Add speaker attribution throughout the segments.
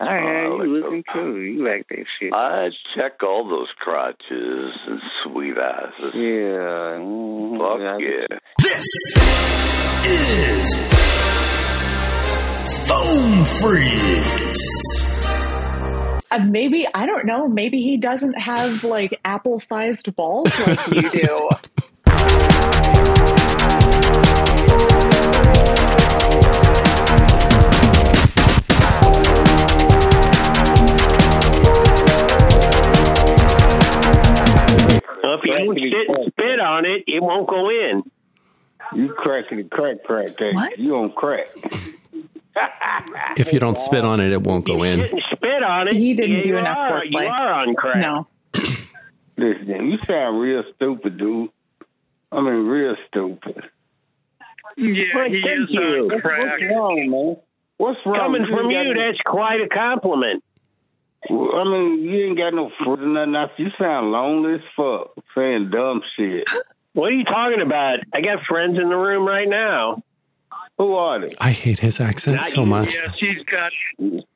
Speaker 1: I had
Speaker 2: Uh,
Speaker 1: Oh, you
Speaker 2: like
Speaker 1: looking cool. You like that shit.
Speaker 2: I check all those crotches and sweet asses.
Speaker 1: yeah. mm,
Speaker 2: Fuck
Speaker 1: I-
Speaker 2: yeah.
Speaker 3: This is Phone Freaks.
Speaker 4: Uh, maybe I don't know. Maybe he doesn't have like apple-sized balls like you do.
Speaker 5: Well, if you don't sit and spit on it, it won't go in.
Speaker 6: You cracking the crack crack thing.
Speaker 4: What?
Speaker 6: You on crack.
Speaker 7: If you don't spit on it, it won't go
Speaker 5: You
Speaker 7: in.
Speaker 5: sit and spit on it.
Speaker 4: He didn't
Speaker 5: you
Speaker 4: do enough
Speaker 5: are, You
Speaker 4: foreplay.
Speaker 5: are on crack.
Speaker 4: No,
Speaker 6: Listen, you sound real stupid, dude. I mean, real stupid.
Speaker 1: Yeah,
Speaker 5: Well,
Speaker 1: he
Speaker 5: thank
Speaker 1: is
Speaker 5: you.
Speaker 1: on
Speaker 5: That's
Speaker 1: crack.
Speaker 6: What's wrong, man? What's wrong?
Speaker 5: Coming from
Speaker 6: ain't
Speaker 5: you,
Speaker 6: got
Speaker 5: that's quite a compliment.
Speaker 6: no- I mean, you ain't got no friends or nothing. else. You sound lonely as fuck, saying dumb shit.
Speaker 5: What are you talking about? I got friends in the room right now.
Speaker 6: Who are they?
Speaker 7: I hate his accent so much.
Speaker 1: Yes, he's got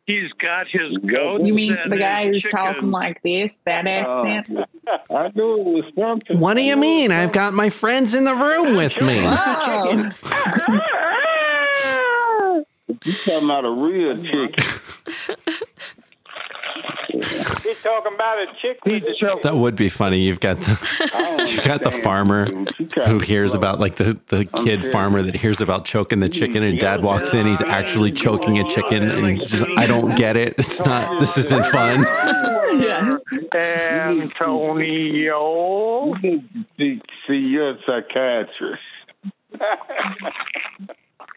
Speaker 1: he's got his goats.
Speaker 4: you mean
Speaker 1: and
Speaker 4: the guy
Speaker 1: his
Speaker 4: who's talking
Speaker 1: chickens.
Speaker 4: like this, that accent?
Speaker 6: I knew it was something.
Speaker 7: What do you mean? I've got my friends in the room with me.
Speaker 4: Oh,
Speaker 6: You talking about a real chicken?
Speaker 8: He's talking about a chick with the chick.
Speaker 7: That would be funny. You've got the you got the farmer who hears about like the, the kid farmer that hears about choking the chicken and dad walks in, he's actually choking a chicken and he's just I don't get it. It's not this isn't fun.
Speaker 4: yeah.
Speaker 8: Antonio.
Speaker 6: See, see, you're a psychiatrist.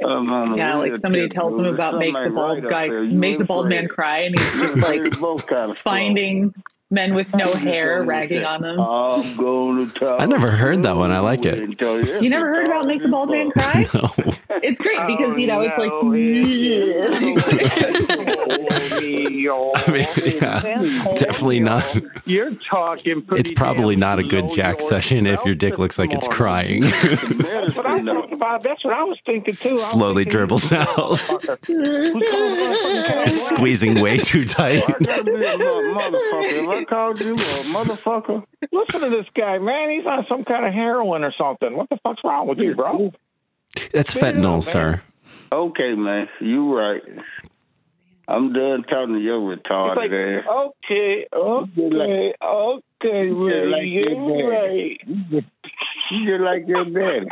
Speaker 6: Um, I'm a
Speaker 4: Yeah, like
Speaker 6: real
Speaker 4: somebody
Speaker 6: chick,
Speaker 4: tells him
Speaker 6: dude.
Speaker 4: about
Speaker 6: Something
Speaker 4: make the
Speaker 6: ain't
Speaker 4: bald
Speaker 6: right up
Speaker 4: guy,
Speaker 6: there. You
Speaker 4: make the
Speaker 6: in
Speaker 4: bald
Speaker 6: for
Speaker 4: man
Speaker 6: it.
Speaker 4: cry, and he's just like
Speaker 6: You're both kind of
Speaker 4: finding men with no hair ragging on them.
Speaker 6: I'm going to talk.
Speaker 7: I never heard that one. I like it.
Speaker 4: You never heard about Make the Bald Man Cry?
Speaker 7: No.
Speaker 4: It's great because, you know, it's like,
Speaker 8: Oh, no, Antonio.
Speaker 7: I mean, yeah. Definitely not
Speaker 8: You're talking pretty
Speaker 7: it's probably
Speaker 8: damn
Speaker 7: not a good
Speaker 8: low
Speaker 7: jack session if your dick
Speaker 8: yourself
Speaker 7: looks like
Speaker 8: this
Speaker 7: it's
Speaker 8: morning.
Speaker 7: crying.
Speaker 8: That's what, I thought about. That's what I was thinking too. I was
Speaker 7: Slowly
Speaker 8: thinking,
Speaker 7: dribbles out. You're squeezing way too tight.
Speaker 6: Gotta be a mo- motherfucker. If I called you a motherfucker,
Speaker 8: Listen to this guy, man. He's on some kind of heroin or something. What the fuck's wrong with you, bro?
Speaker 7: That's fentanyl, sir.
Speaker 6: okay, man, you right. I'm done talking to your retarded
Speaker 8: It's like,
Speaker 6: ass.
Speaker 8: okay, okay,
Speaker 9: oh,
Speaker 8: okay, Ray,
Speaker 6: You're like
Speaker 8: you're
Speaker 6: that.
Speaker 8: right.
Speaker 6: You just like your daddy.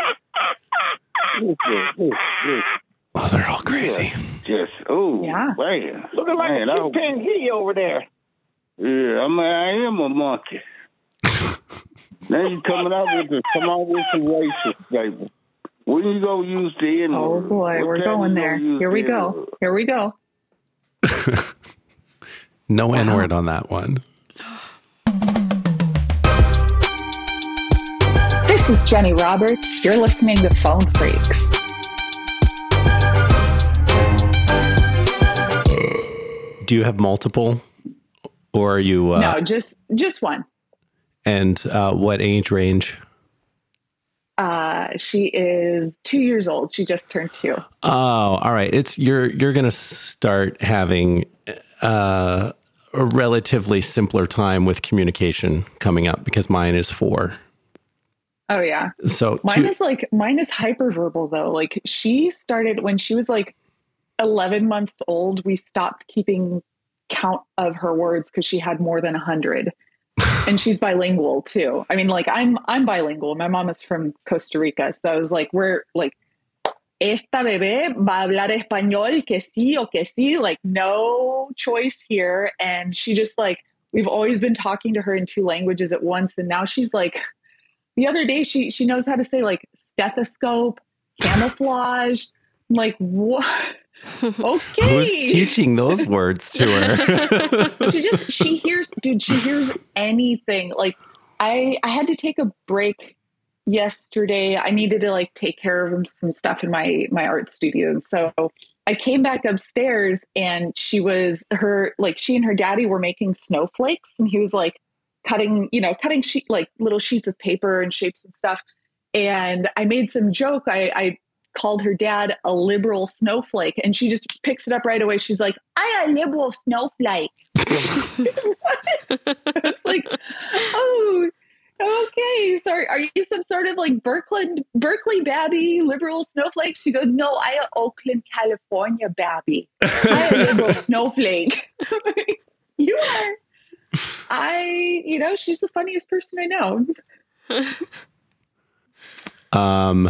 Speaker 6: Listen, listen, listen.
Speaker 7: Oh, they're all crazy.
Speaker 6: Just oh
Speaker 4: Yeah.
Speaker 6: man,
Speaker 8: Looking like
Speaker 6: man,
Speaker 8: a
Speaker 6: I, hope-
Speaker 8: kingpin he over there.
Speaker 6: yeah, I'm a, I am a monkey. now you coming out with the come out with some racist statement. When you gonna use the N
Speaker 4: oh boy, we're going there. Here we go. Here we go.
Speaker 7: No N word on that one.
Speaker 4: This is Jenny Roberts. You're listening to Phone Freaks.
Speaker 7: Do you have multiple? Or are you, uh,
Speaker 4: no, just just one.
Speaker 7: and uh, what age range?
Speaker 4: Uh, she is two years old. She just turned two.
Speaker 7: Oh, all right. It's you're you're gonna start having uh, a relatively simpler time with communication coming up because mine is four.
Speaker 4: Oh yeah,
Speaker 7: So
Speaker 4: mine
Speaker 7: two,
Speaker 4: is like mine is hyperverbal though. Like she started when she was like eleven months old. We stopped keeping count of her words because she had more than a hundred, and she's bilingual too. I mean, like I'm I'm bilingual. My mom is from Costa Rica, so I was like, we're like. Esta bebé va a hablar español, que sí o que sí, like no choice here. And she just like, we've always been talking to her in two languages at once. And now she's like, the other day she she knows how to say like stethoscope, camouflage. I'm like what? Okay.
Speaker 7: who's teaching those words to her?
Speaker 4: she just she hears dude she hears anything like i i had to take a break yesterday i needed to like take care of some stuff in my my art studio and so i came back upstairs and she was her like she and her daddy were making snowflakes and he was like cutting you know cutting sheet like little sheets of paper and shapes and stuff and i made some joke i i called her dad a liberal snowflake, and she just picks it up right away. She's like, "I a liberal snowflake." it's like, oh, okay. Sorry, are you some sort of like Berkeley Berkeley babby liberal snowflake? She goes, "No, I a Oakland, California babby. I a liberal snowflake." you are. I, you know, she's the funniest person I know.
Speaker 7: Um,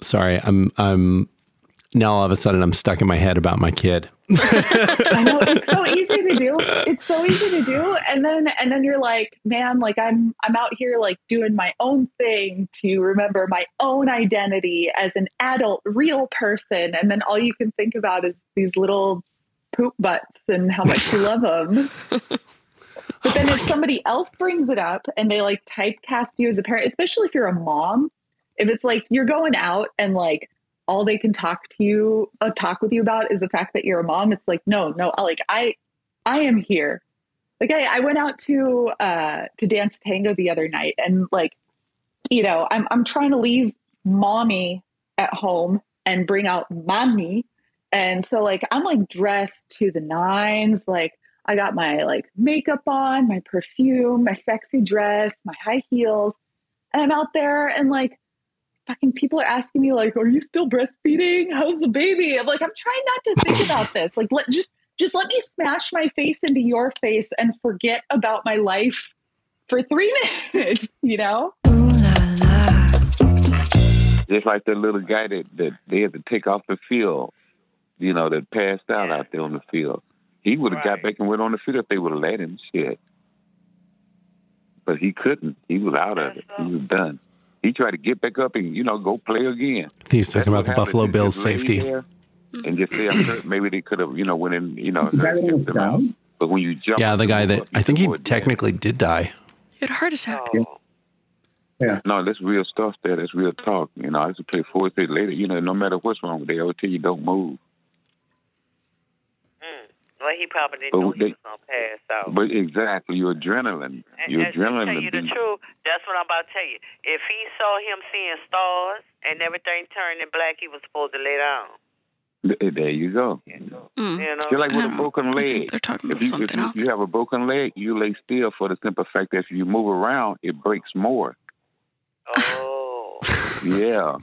Speaker 7: sorry, I'm I'm now all of a sudden I'm stuck in my head about my kid.
Speaker 4: I know it's so easy to do. It's so easy to do, and then and then you're like, man, like I'm I'm out here like doing my own thing to remember my own identity as an adult, real person, and then all you can think about is these little poop butts and how much you love them. But then if somebody else brings it up and they like typecast you as a parent, especially if you're a mom, if it's like you're going out and like all they can talk to you uh, talk with you about is the fact that you're a mom, it's like no, no, uh, like I I am here. Like I, I went out to uh to dance tango the other night and like you know, I'm I'm trying to leave mommy at home and bring out mommy. And so like I'm like dressed to the nines, like I got my like makeup on, my perfume, my sexy dress, my high heels, and I'm out there and like fucking people are asking me like, "Are you still breastfeeding? How's the baby?" I'm like, I'm trying not to think about this. Like, let just just let me smash my face into your face and forget about my life for three minutes. You know?
Speaker 10: Just like that little guy that, that they had to take off the field, you know, that passed out out there on the field. He would have got back and went on the field if they would have let him. Shit. But he couldn't. He was out of it. He was done. He tried to get back up and, you know, go play again.
Speaker 7: I think he's talking about
Speaker 10: That's
Speaker 7: the
Speaker 10: what
Speaker 7: Buffalo
Speaker 10: happened. He
Speaker 7: Bills
Speaker 10: just laid
Speaker 7: Oh, safety.
Speaker 10: there And just say, I'm hurt. maybe they could have, you know, went in, you know, hurt him out. But when you jump,
Speaker 7: Yeah, the guy that I think he
Speaker 10: toward that.
Speaker 7: technically did die.
Speaker 11: You had a heart attack.
Speaker 10: No, that's real stuff there. That's real talk. You know, I used to play forward to later. You know, no matter what's wrong with they always tell you don't move.
Speaker 12: Mm. Well, he probably didn't
Speaker 10: But
Speaker 12: know
Speaker 10: they-
Speaker 12: he was going to pass out.
Speaker 10: But exactly, your adrenaline.
Speaker 12: and,
Speaker 10: Your
Speaker 12: and to
Speaker 10: adrenaline
Speaker 12: Oh. tell you
Speaker 10: had been-
Speaker 12: the truth, that's what I'm about to tell you. If he saw him seeing stars and everything turning black, he was supposed to lay down.
Speaker 10: Th- eh, There you go.
Speaker 4: Mm.
Speaker 12: You know?
Speaker 10: You're like with a broken
Speaker 11: I think
Speaker 10: leg.
Speaker 11: Um, they're talking
Speaker 10: If
Speaker 11: about
Speaker 10: you, if
Speaker 11: something
Speaker 10: you,
Speaker 11: else.
Speaker 10: you have a broken leg, you lay still for the simple fact that if you move around, it breaks more.
Speaker 12: Oh.
Speaker 10: Yeah.
Speaker 11: I think
Speaker 10: you know,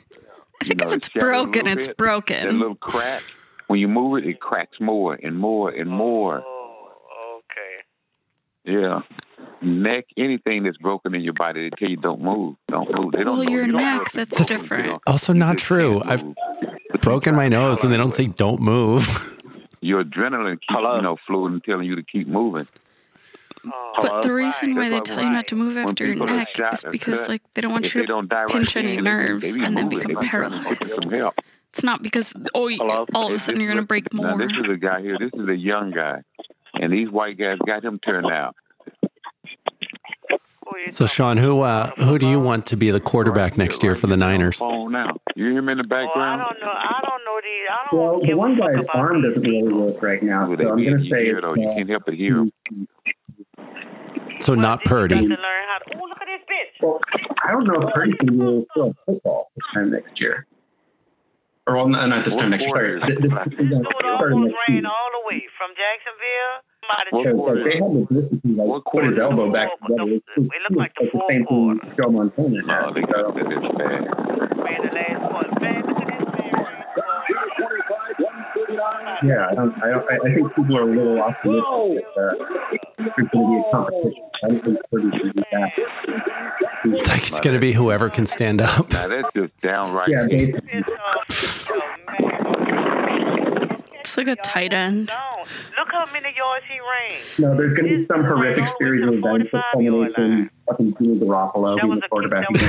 Speaker 11: if it's
Speaker 10: it's shattered a
Speaker 11: broken,
Speaker 10: little
Speaker 11: it's
Speaker 10: bit. That
Speaker 11: broken.
Speaker 10: little crack, when you move it, it cracks more and more and more.
Speaker 12: Oh, okay.
Speaker 10: Yeah. Neck, anything that's broken in your body, they tell you don't move. Don't move. They don't
Speaker 11: Well,
Speaker 10: know.
Speaker 11: your
Speaker 10: You don't know
Speaker 11: neck,
Speaker 10: if
Speaker 11: that's
Speaker 10: it's broken. You
Speaker 11: different.
Speaker 10: don't-
Speaker 7: Also,
Speaker 10: you
Speaker 7: not
Speaker 10: just can't
Speaker 7: true. I've
Speaker 10: move. But
Speaker 7: broken
Speaker 10: you
Speaker 7: my
Speaker 10: try
Speaker 7: nose, and they don't
Speaker 10: anyway.
Speaker 7: say don't move.
Speaker 10: Your adrenaline keeps, you know, floating, telling you to keep moving.
Speaker 12: Oh.
Speaker 11: But the reason why they
Speaker 10: That's why
Speaker 11: tell you not to move
Speaker 10: when
Speaker 11: after your
Speaker 10: people are
Speaker 11: neck
Speaker 10: shot
Speaker 11: is
Speaker 10: or
Speaker 11: because
Speaker 10: cut,
Speaker 11: like they don't want
Speaker 10: if
Speaker 11: you
Speaker 10: they
Speaker 11: to
Speaker 10: don't die right
Speaker 11: pinch any
Speaker 10: then, they-
Speaker 11: nerves
Speaker 10: they be
Speaker 11: and then
Speaker 10: moving.
Speaker 11: become
Speaker 10: They might Get
Speaker 11: paralyzed.
Speaker 10: some help.
Speaker 11: It's not because oh you, all of a
Speaker 10: This-
Speaker 11: sudden you're gonna
Speaker 10: this-
Speaker 11: break
Speaker 10: now,
Speaker 11: more.
Speaker 10: this is a guy here. This is a young guy, and these white guys got him turned out.
Speaker 12: Who you
Speaker 7: So, Sean, who uh, who do you want to be the quarterback next year for the Niners?
Speaker 10: Phone now. You hear him in the
Speaker 12: Oh, I
Speaker 10: background?
Speaker 12: don't know. I don't know these. I don't
Speaker 5: Well, the
Speaker 12: give
Speaker 5: one
Speaker 12: a fuck
Speaker 5: guy's
Speaker 12: about
Speaker 5: arm
Speaker 12: these
Speaker 5: doesn't really
Speaker 12: people.
Speaker 5: work right now, so I'm
Speaker 10: Who they
Speaker 5: gonna
Speaker 10: is, you
Speaker 5: say
Speaker 10: hear it, though. you
Speaker 5: uh,
Speaker 10: can't help but hear him.
Speaker 7: So
Speaker 12: Well,
Speaker 7: not
Speaker 12: then you got
Speaker 7: Purdy.
Speaker 12: to learn how to- Ooh, look at this bitch.
Speaker 5: well, uh, I don't know if Purdy can really play football this time next year, or well, no, not this time next year. Sorry, this, this,
Speaker 12: This
Speaker 5: this,
Speaker 12: dude
Speaker 5: starting
Speaker 12: almost ran
Speaker 5: next season.
Speaker 12: all the way from Jacksonville.
Speaker 10: What
Speaker 5: Because,
Speaker 12: Somebody
Speaker 5: like, they had this this season, like,
Speaker 10: What
Speaker 5: put his
Speaker 10: quarter?
Speaker 5: elbow back together. It's,
Speaker 12: It looked like the
Speaker 5: the same
Speaker 12: fourth
Speaker 5: thing Joe Montana
Speaker 10: No, Oh, they
Speaker 5: had.
Speaker 10: got that it's
Speaker 12: ran
Speaker 10: bad.
Speaker 12: the last one. Man, look at this man ran the ball.
Speaker 5: Yeah, I don't, I don't, I, I think people are a little optimistic that uh, there's going to be a competition. I don't think Purdy should be that.
Speaker 7: It's like it's going to be whoever can stand up.
Speaker 10: Now that's just downright.
Speaker 5: Yeah, they,
Speaker 12: It's, uh, oh, man.
Speaker 11: It's like a tight end.
Speaker 12: No. Look how many yards he ran.
Speaker 5: no, there's going to be some horrific series of events that culminates in fucking Jimmy Garoppolo
Speaker 12: That
Speaker 5: being
Speaker 12: was
Speaker 5: the
Speaker 12: a kick.
Speaker 5: quarterback.
Speaker 12: That was a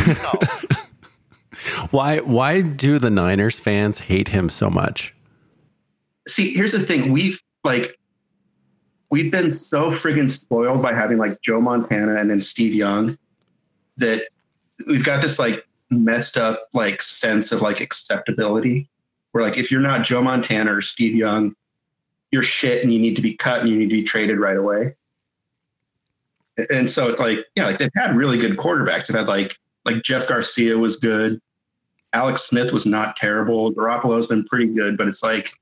Speaker 12: kick. off.
Speaker 7: Why why do the Niners fans hate him so much?
Speaker 5: see here's the thing we've like we've been so friggin' spoiled by having like joe montana and then steve young that we've got this like messed up like sense of like acceptability where like if you're not joe montana or steve young you're shit and you need to be cut and you need to be traded right away and so it's like yeah like they've had really good quarterbacks they've had like like jeff garcia was good Alex Smith was not terrible. Garoppolo's been pretty good, but it's like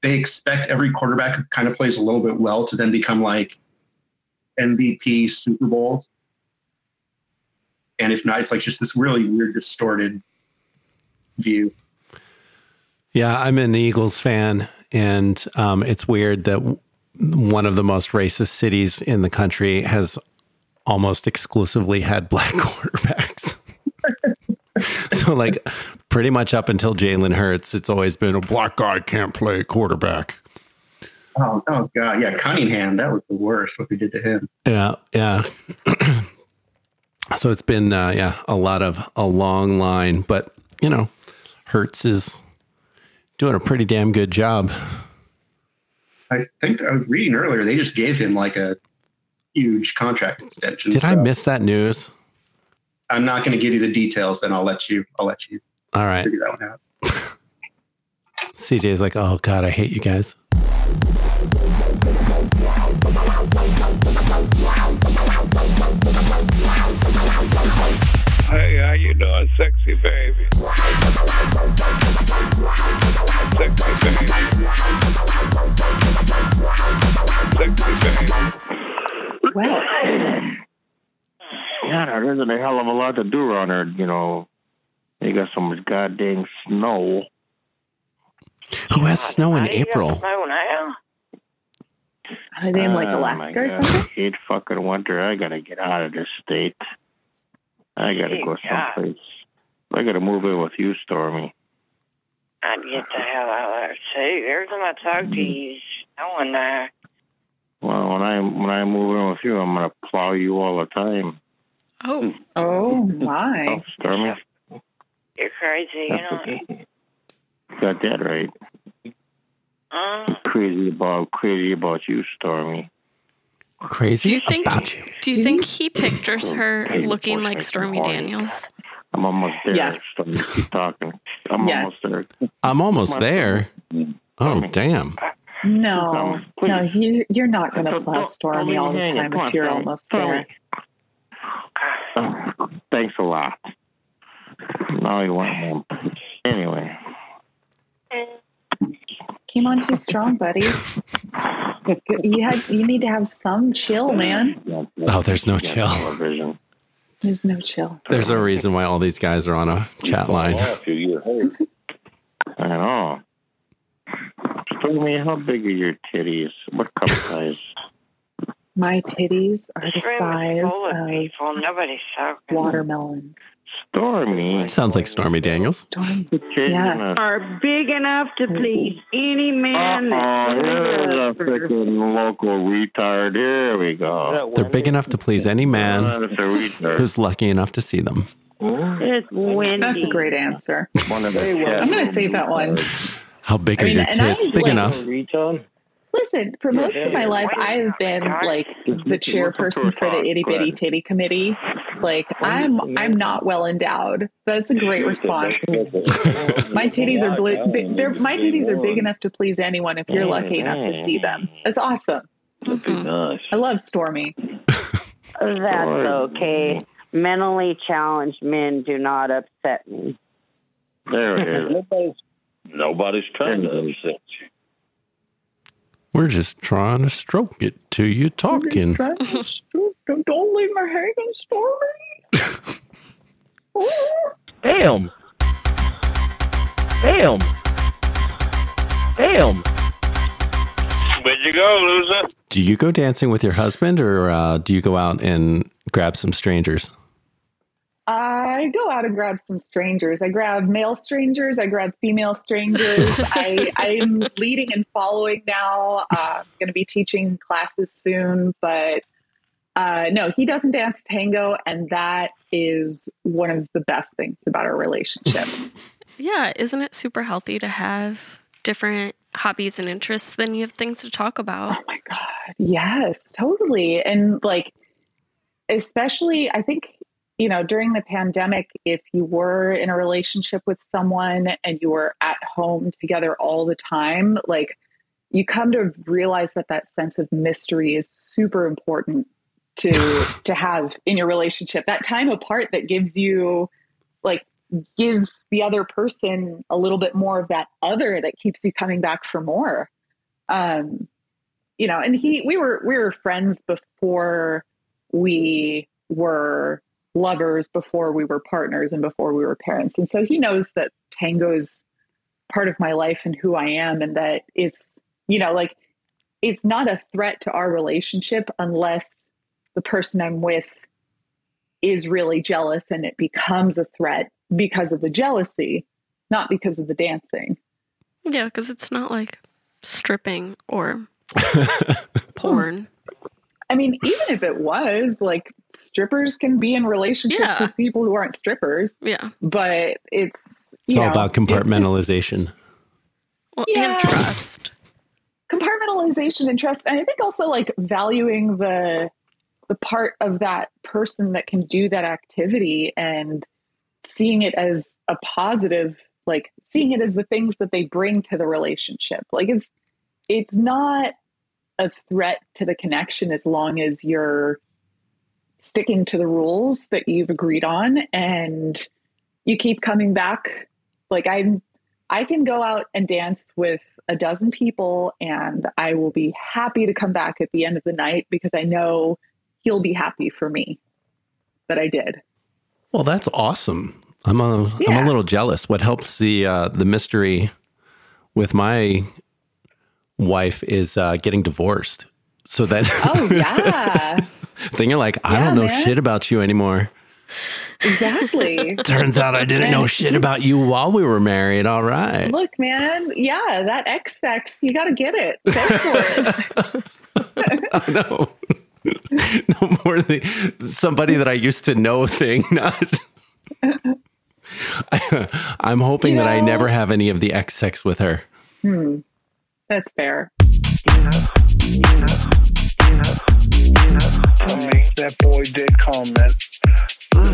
Speaker 5: they expect every quarterback who kind of plays a little bit well to then become like MVP Super Bowls. And if not, it's like just this really weird, distorted view.
Speaker 7: Yeah, I'm an Eagles fan, and um, it's weird that w- one of the most racist cities in the country has almost exclusively had black quarterbacks. so, like, pretty much up until Jalen Hurts, it's always been a black guy can't play quarterback.
Speaker 5: Oh, oh God. Yeah. Cunningham. That was the worst what we did to him.
Speaker 7: Yeah, yeah. so it's been uh, yeah a lot of a long line, but you know, Hertz is doing a pretty damn good job.
Speaker 5: I think I was reading earlier, they just gave him like a huge contract extension.
Speaker 7: Did I miss that news?
Speaker 5: I'm not going to give you the details. Then I'll let you, I'll let you
Speaker 7: All right,
Speaker 5: figure that one out.
Speaker 7: CJ's like, oh god, I hate you guys.
Speaker 13: Hey, how you doing, sexy baby? Sexy baby. Sexy baby.
Speaker 4: Well,
Speaker 14: Yeah, there isn't a hell of a lot to do around here, you know. They got so much goddamn snow.
Speaker 7: Who has snow
Speaker 4: uh,
Speaker 7: in
Speaker 14: April?
Speaker 4: Are they in like
Speaker 14: Oh, my
Speaker 4: Alaska or
Speaker 14: God.
Speaker 4: something?
Speaker 14: It's fucking winter. I gotta get out of this state. I gotta go
Speaker 12: Yeah.
Speaker 14: someplace. I gotta move in with you, Stormy.
Speaker 12: I'd get the hell out of there too. Every time I talk to you, no one there.
Speaker 14: Well, when I when I move in with you, I'm gonna plow you all the time,
Speaker 11: Oh.
Speaker 4: Oh my.
Speaker 14: Stormy.
Speaker 12: You're crazy, you know.
Speaker 14: Got that right.
Speaker 12: Uh,
Speaker 14: Crazy about crazy about you, Stormy.
Speaker 7: Crazy
Speaker 11: Do you think? Do you think he pictures her looking like Stormy Daniels?
Speaker 14: I'm almost there.
Speaker 11: Yes.
Speaker 14: Stormy, keep talking. I'm
Speaker 11: Yes.
Speaker 14: almost there.
Speaker 7: I'm almost there. Oh damn!
Speaker 4: No, no, you, you're not going to
Speaker 14: Don't-
Speaker 4: plow
Speaker 14: don't-
Speaker 4: Stormy
Speaker 14: don't
Speaker 4: all the
Speaker 14: leave me hanging.
Speaker 4: time
Speaker 14: Come on,
Speaker 4: if you're
Speaker 14: Stormy.
Speaker 4: almost
Speaker 14: Stormy.
Speaker 4: there.
Speaker 14: Thanks a lot. Now you want home. Anyway,
Speaker 4: Came on too strong, buddy. You had you need to have some chill, man.
Speaker 7: Oh, there's no chill.
Speaker 4: There's no chill.
Speaker 7: There's a reason why all these guys are on a chat line.
Speaker 14: I know. Stormy, how big are your titties? What cup size?
Speaker 4: My titties are the
Speaker 12: full of
Speaker 4: size
Speaker 12: people. Nobody's so
Speaker 4: of watermelons.
Speaker 14: Stormy.
Speaker 7: Sounds like Stormy Daniels.
Speaker 4: Yeah.
Speaker 15: Are big enough to please any man.
Speaker 14: Oh,
Speaker 15: that-
Speaker 14: here's a freaking local retard. Here we go.
Speaker 7: They're big enough to please any man
Speaker 14: That's a retard.
Speaker 7: who's lucky enough to see them.
Speaker 15: It's windy.
Speaker 4: That's a great answer.
Speaker 14: One of the
Speaker 4: I'm going to save that one.
Speaker 7: How big
Speaker 4: I
Speaker 7: are
Speaker 4: mean,
Speaker 7: your
Speaker 4: and I
Speaker 7: tits?
Speaker 4: was
Speaker 7: Big
Speaker 4: like-
Speaker 7: enough.
Speaker 4: Listen, for most of my life, I've been like the chairperson for the itty bitty titty committee. Like, I'm I'm not well endowed. That's a great response. My titties are bli- big, they're, my titties are big enough to please anyone if you're lucky enough to see them. That's awesome. I love Stormy.
Speaker 15: That's okay. Mentally challenged men do not upset me.
Speaker 14: There
Speaker 15: it is.
Speaker 9: Nobody's trying to upset you.
Speaker 7: We're just trying to stroke it to you talking.
Speaker 4: Don't, don't leave my hanging, Stormy.
Speaker 14: Damn. Damn. Damn.
Speaker 13: Where'd you go, loser?
Speaker 7: Do you go dancing with your husband or uh, do you go out and grab some strangers?
Speaker 4: I go out and grab some strangers. I grab male strangers. I grab female strangers. I, I'm leading and following now. Uh, I'm going to be teaching classes soon, but uh, no, he doesn't dance tango, and that is one of the best things about our relationship.
Speaker 11: Yeah, isn't it super healthy to have different hobbies and interests? Then you have things to talk about. Oh
Speaker 4: my god. Yes, totally. And like, especially, I think, you know, during the pandemic, if you were in a relationship with someone and you were at home together all the time, like, you come to realize that that sense of mystery is super important to to have in your relationship that time apart that gives you like gives the other person a little bit more of that other that keeps you coming back for more. Um, you know, and he we were we were friends before we were lovers, before we were partners, and before we were parents. And so he knows that tango is part of my life and who I am, and that it's you know like it's not a threat to our relationship unless the person I'm with is really jealous and it becomes a threat because of the jealousy, not because of the dancing.
Speaker 11: Yeah, because it's not like stripping or porn.
Speaker 4: I mean, even if it was, like strippers can be in relationships
Speaker 11: Yeah.
Speaker 4: with people who aren't strippers.
Speaker 11: Yeah.
Speaker 4: But it's
Speaker 7: It's
Speaker 4: you
Speaker 7: all
Speaker 4: know,
Speaker 7: about compartmentalization.
Speaker 11: Well,
Speaker 4: and
Speaker 11: trust.
Speaker 4: Compartmentalization and trust. And I think also like valuing the the part of that person that can do that activity and seeing it as a positive, like seeing it as the things that they bring to the relationship. Like it's it's not a threat to the connection as long as you're sticking to the rules that you've agreed on and you keep coming back like i'm i can go out and dance with a dozen people and i will be happy to come back at the end of the night because i know he'll be happy for me that i did
Speaker 7: Well, that's awesome. I'm a am
Speaker 4: Yeah.
Speaker 7: a little jealous. What helps the uh, the mystery with my wife is uh, getting divorced. So that
Speaker 4: oh yeah
Speaker 7: then you're like, I don't know
Speaker 4: man.
Speaker 7: shit about you anymore.
Speaker 4: exactly
Speaker 7: Turns out I didn't know
Speaker 4: And
Speaker 7: shit about you while we were married. All right.
Speaker 4: look man yeah that X XX, you gotta get it Go for it.
Speaker 7: no. no more than somebody that I used to know thing. Not. I'm hoping that I never have any of the ex sex with her.
Speaker 4: Hmm. That's fair.
Speaker 16: That boy did call me.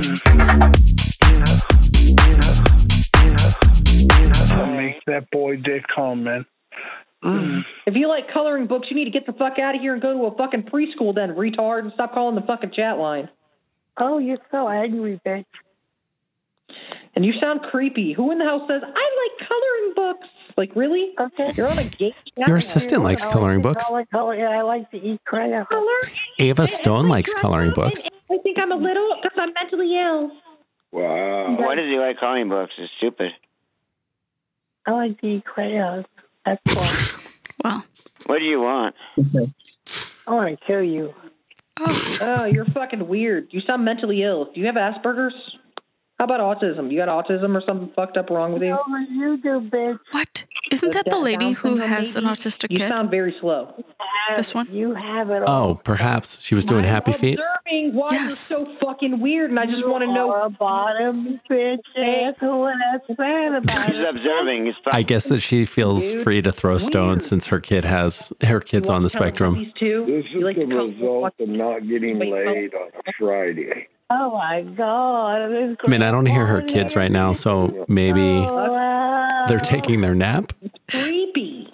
Speaker 16: That boy did call me.
Speaker 17: If you like coloring books, you need to get the fuck out of here and go to a fucking preschool then, retard, and stop calling the fucking chat line. Oh, you're so angry, bitch. And you sound creepy. Who in the house says, I like coloring books? Like, really? Okay. You're on a gay chat
Speaker 7: Your
Speaker 17: line.
Speaker 7: assistant likes
Speaker 15: Oh,
Speaker 7: coloring books.
Speaker 17: I like color. I like to eat crayons.
Speaker 7: Ava Stone likes coloring books.
Speaker 17: I think I'm a little because I'm mentally ill.
Speaker 9: Wow. Why does he like coloring books? It's stupid.
Speaker 17: I like to eat crayons. That's why.
Speaker 9: What do you want?
Speaker 17: I want to kill you. Oh. you're fucking weird. You sound mentally ill. Do you have Asperger's? How about autism? You got autism or something fucked up wrong with you?
Speaker 11: No,
Speaker 17: you do, bitch.
Speaker 11: What? Isn't that the lady who has an autistic
Speaker 17: You
Speaker 11: kid?
Speaker 17: sound very slow.
Speaker 11: This one?
Speaker 17: You have it
Speaker 7: Oh, perhaps she was doing happy feet.
Speaker 17: Observing why you're so fucking weird, and I just want to know. a bottom bitch asshole, and that's sad about
Speaker 9: He's observing. He's
Speaker 7: I guess that she feels
Speaker 17: Dude,
Speaker 7: free to throw stones since her kid has her kid's on the spectrum.
Speaker 17: This
Speaker 16: is the result of not getting laid on a Friday.
Speaker 17: Oh my god! this
Speaker 7: I mean, I don't hear her kids right now, so maybe they're taking their nap.
Speaker 17: creepy.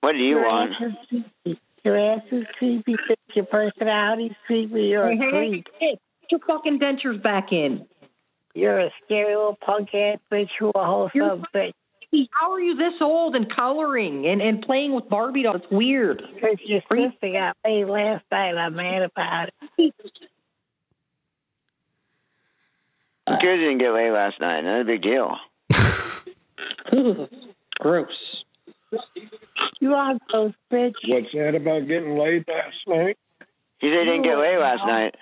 Speaker 9: What do you
Speaker 17: Your
Speaker 9: want?
Speaker 17: ass is creepy. Your ass is creepy. Your personality's creepy. You're
Speaker 9: Hey, hey,
Speaker 17: a creep. Get your fucking dentures back in.
Speaker 18: You're a scary little punk ass bitch who a whole
Speaker 17: You're
Speaker 18: sub bitch.
Speaker 17: How are you this old and coloring and, and playing with Barbie dolls? It's weird.
Speaker 18: Because your sister got laid last night. I'm mad about it.
Speaker 9: The kid didn't get laid last night. Not a big deal.
Speaker 17: Gross.
Speaker 18: You are those bitch.
Speaker 16: What's that about getting laid last night?
Speaker 9: He said he didn't get laid last night.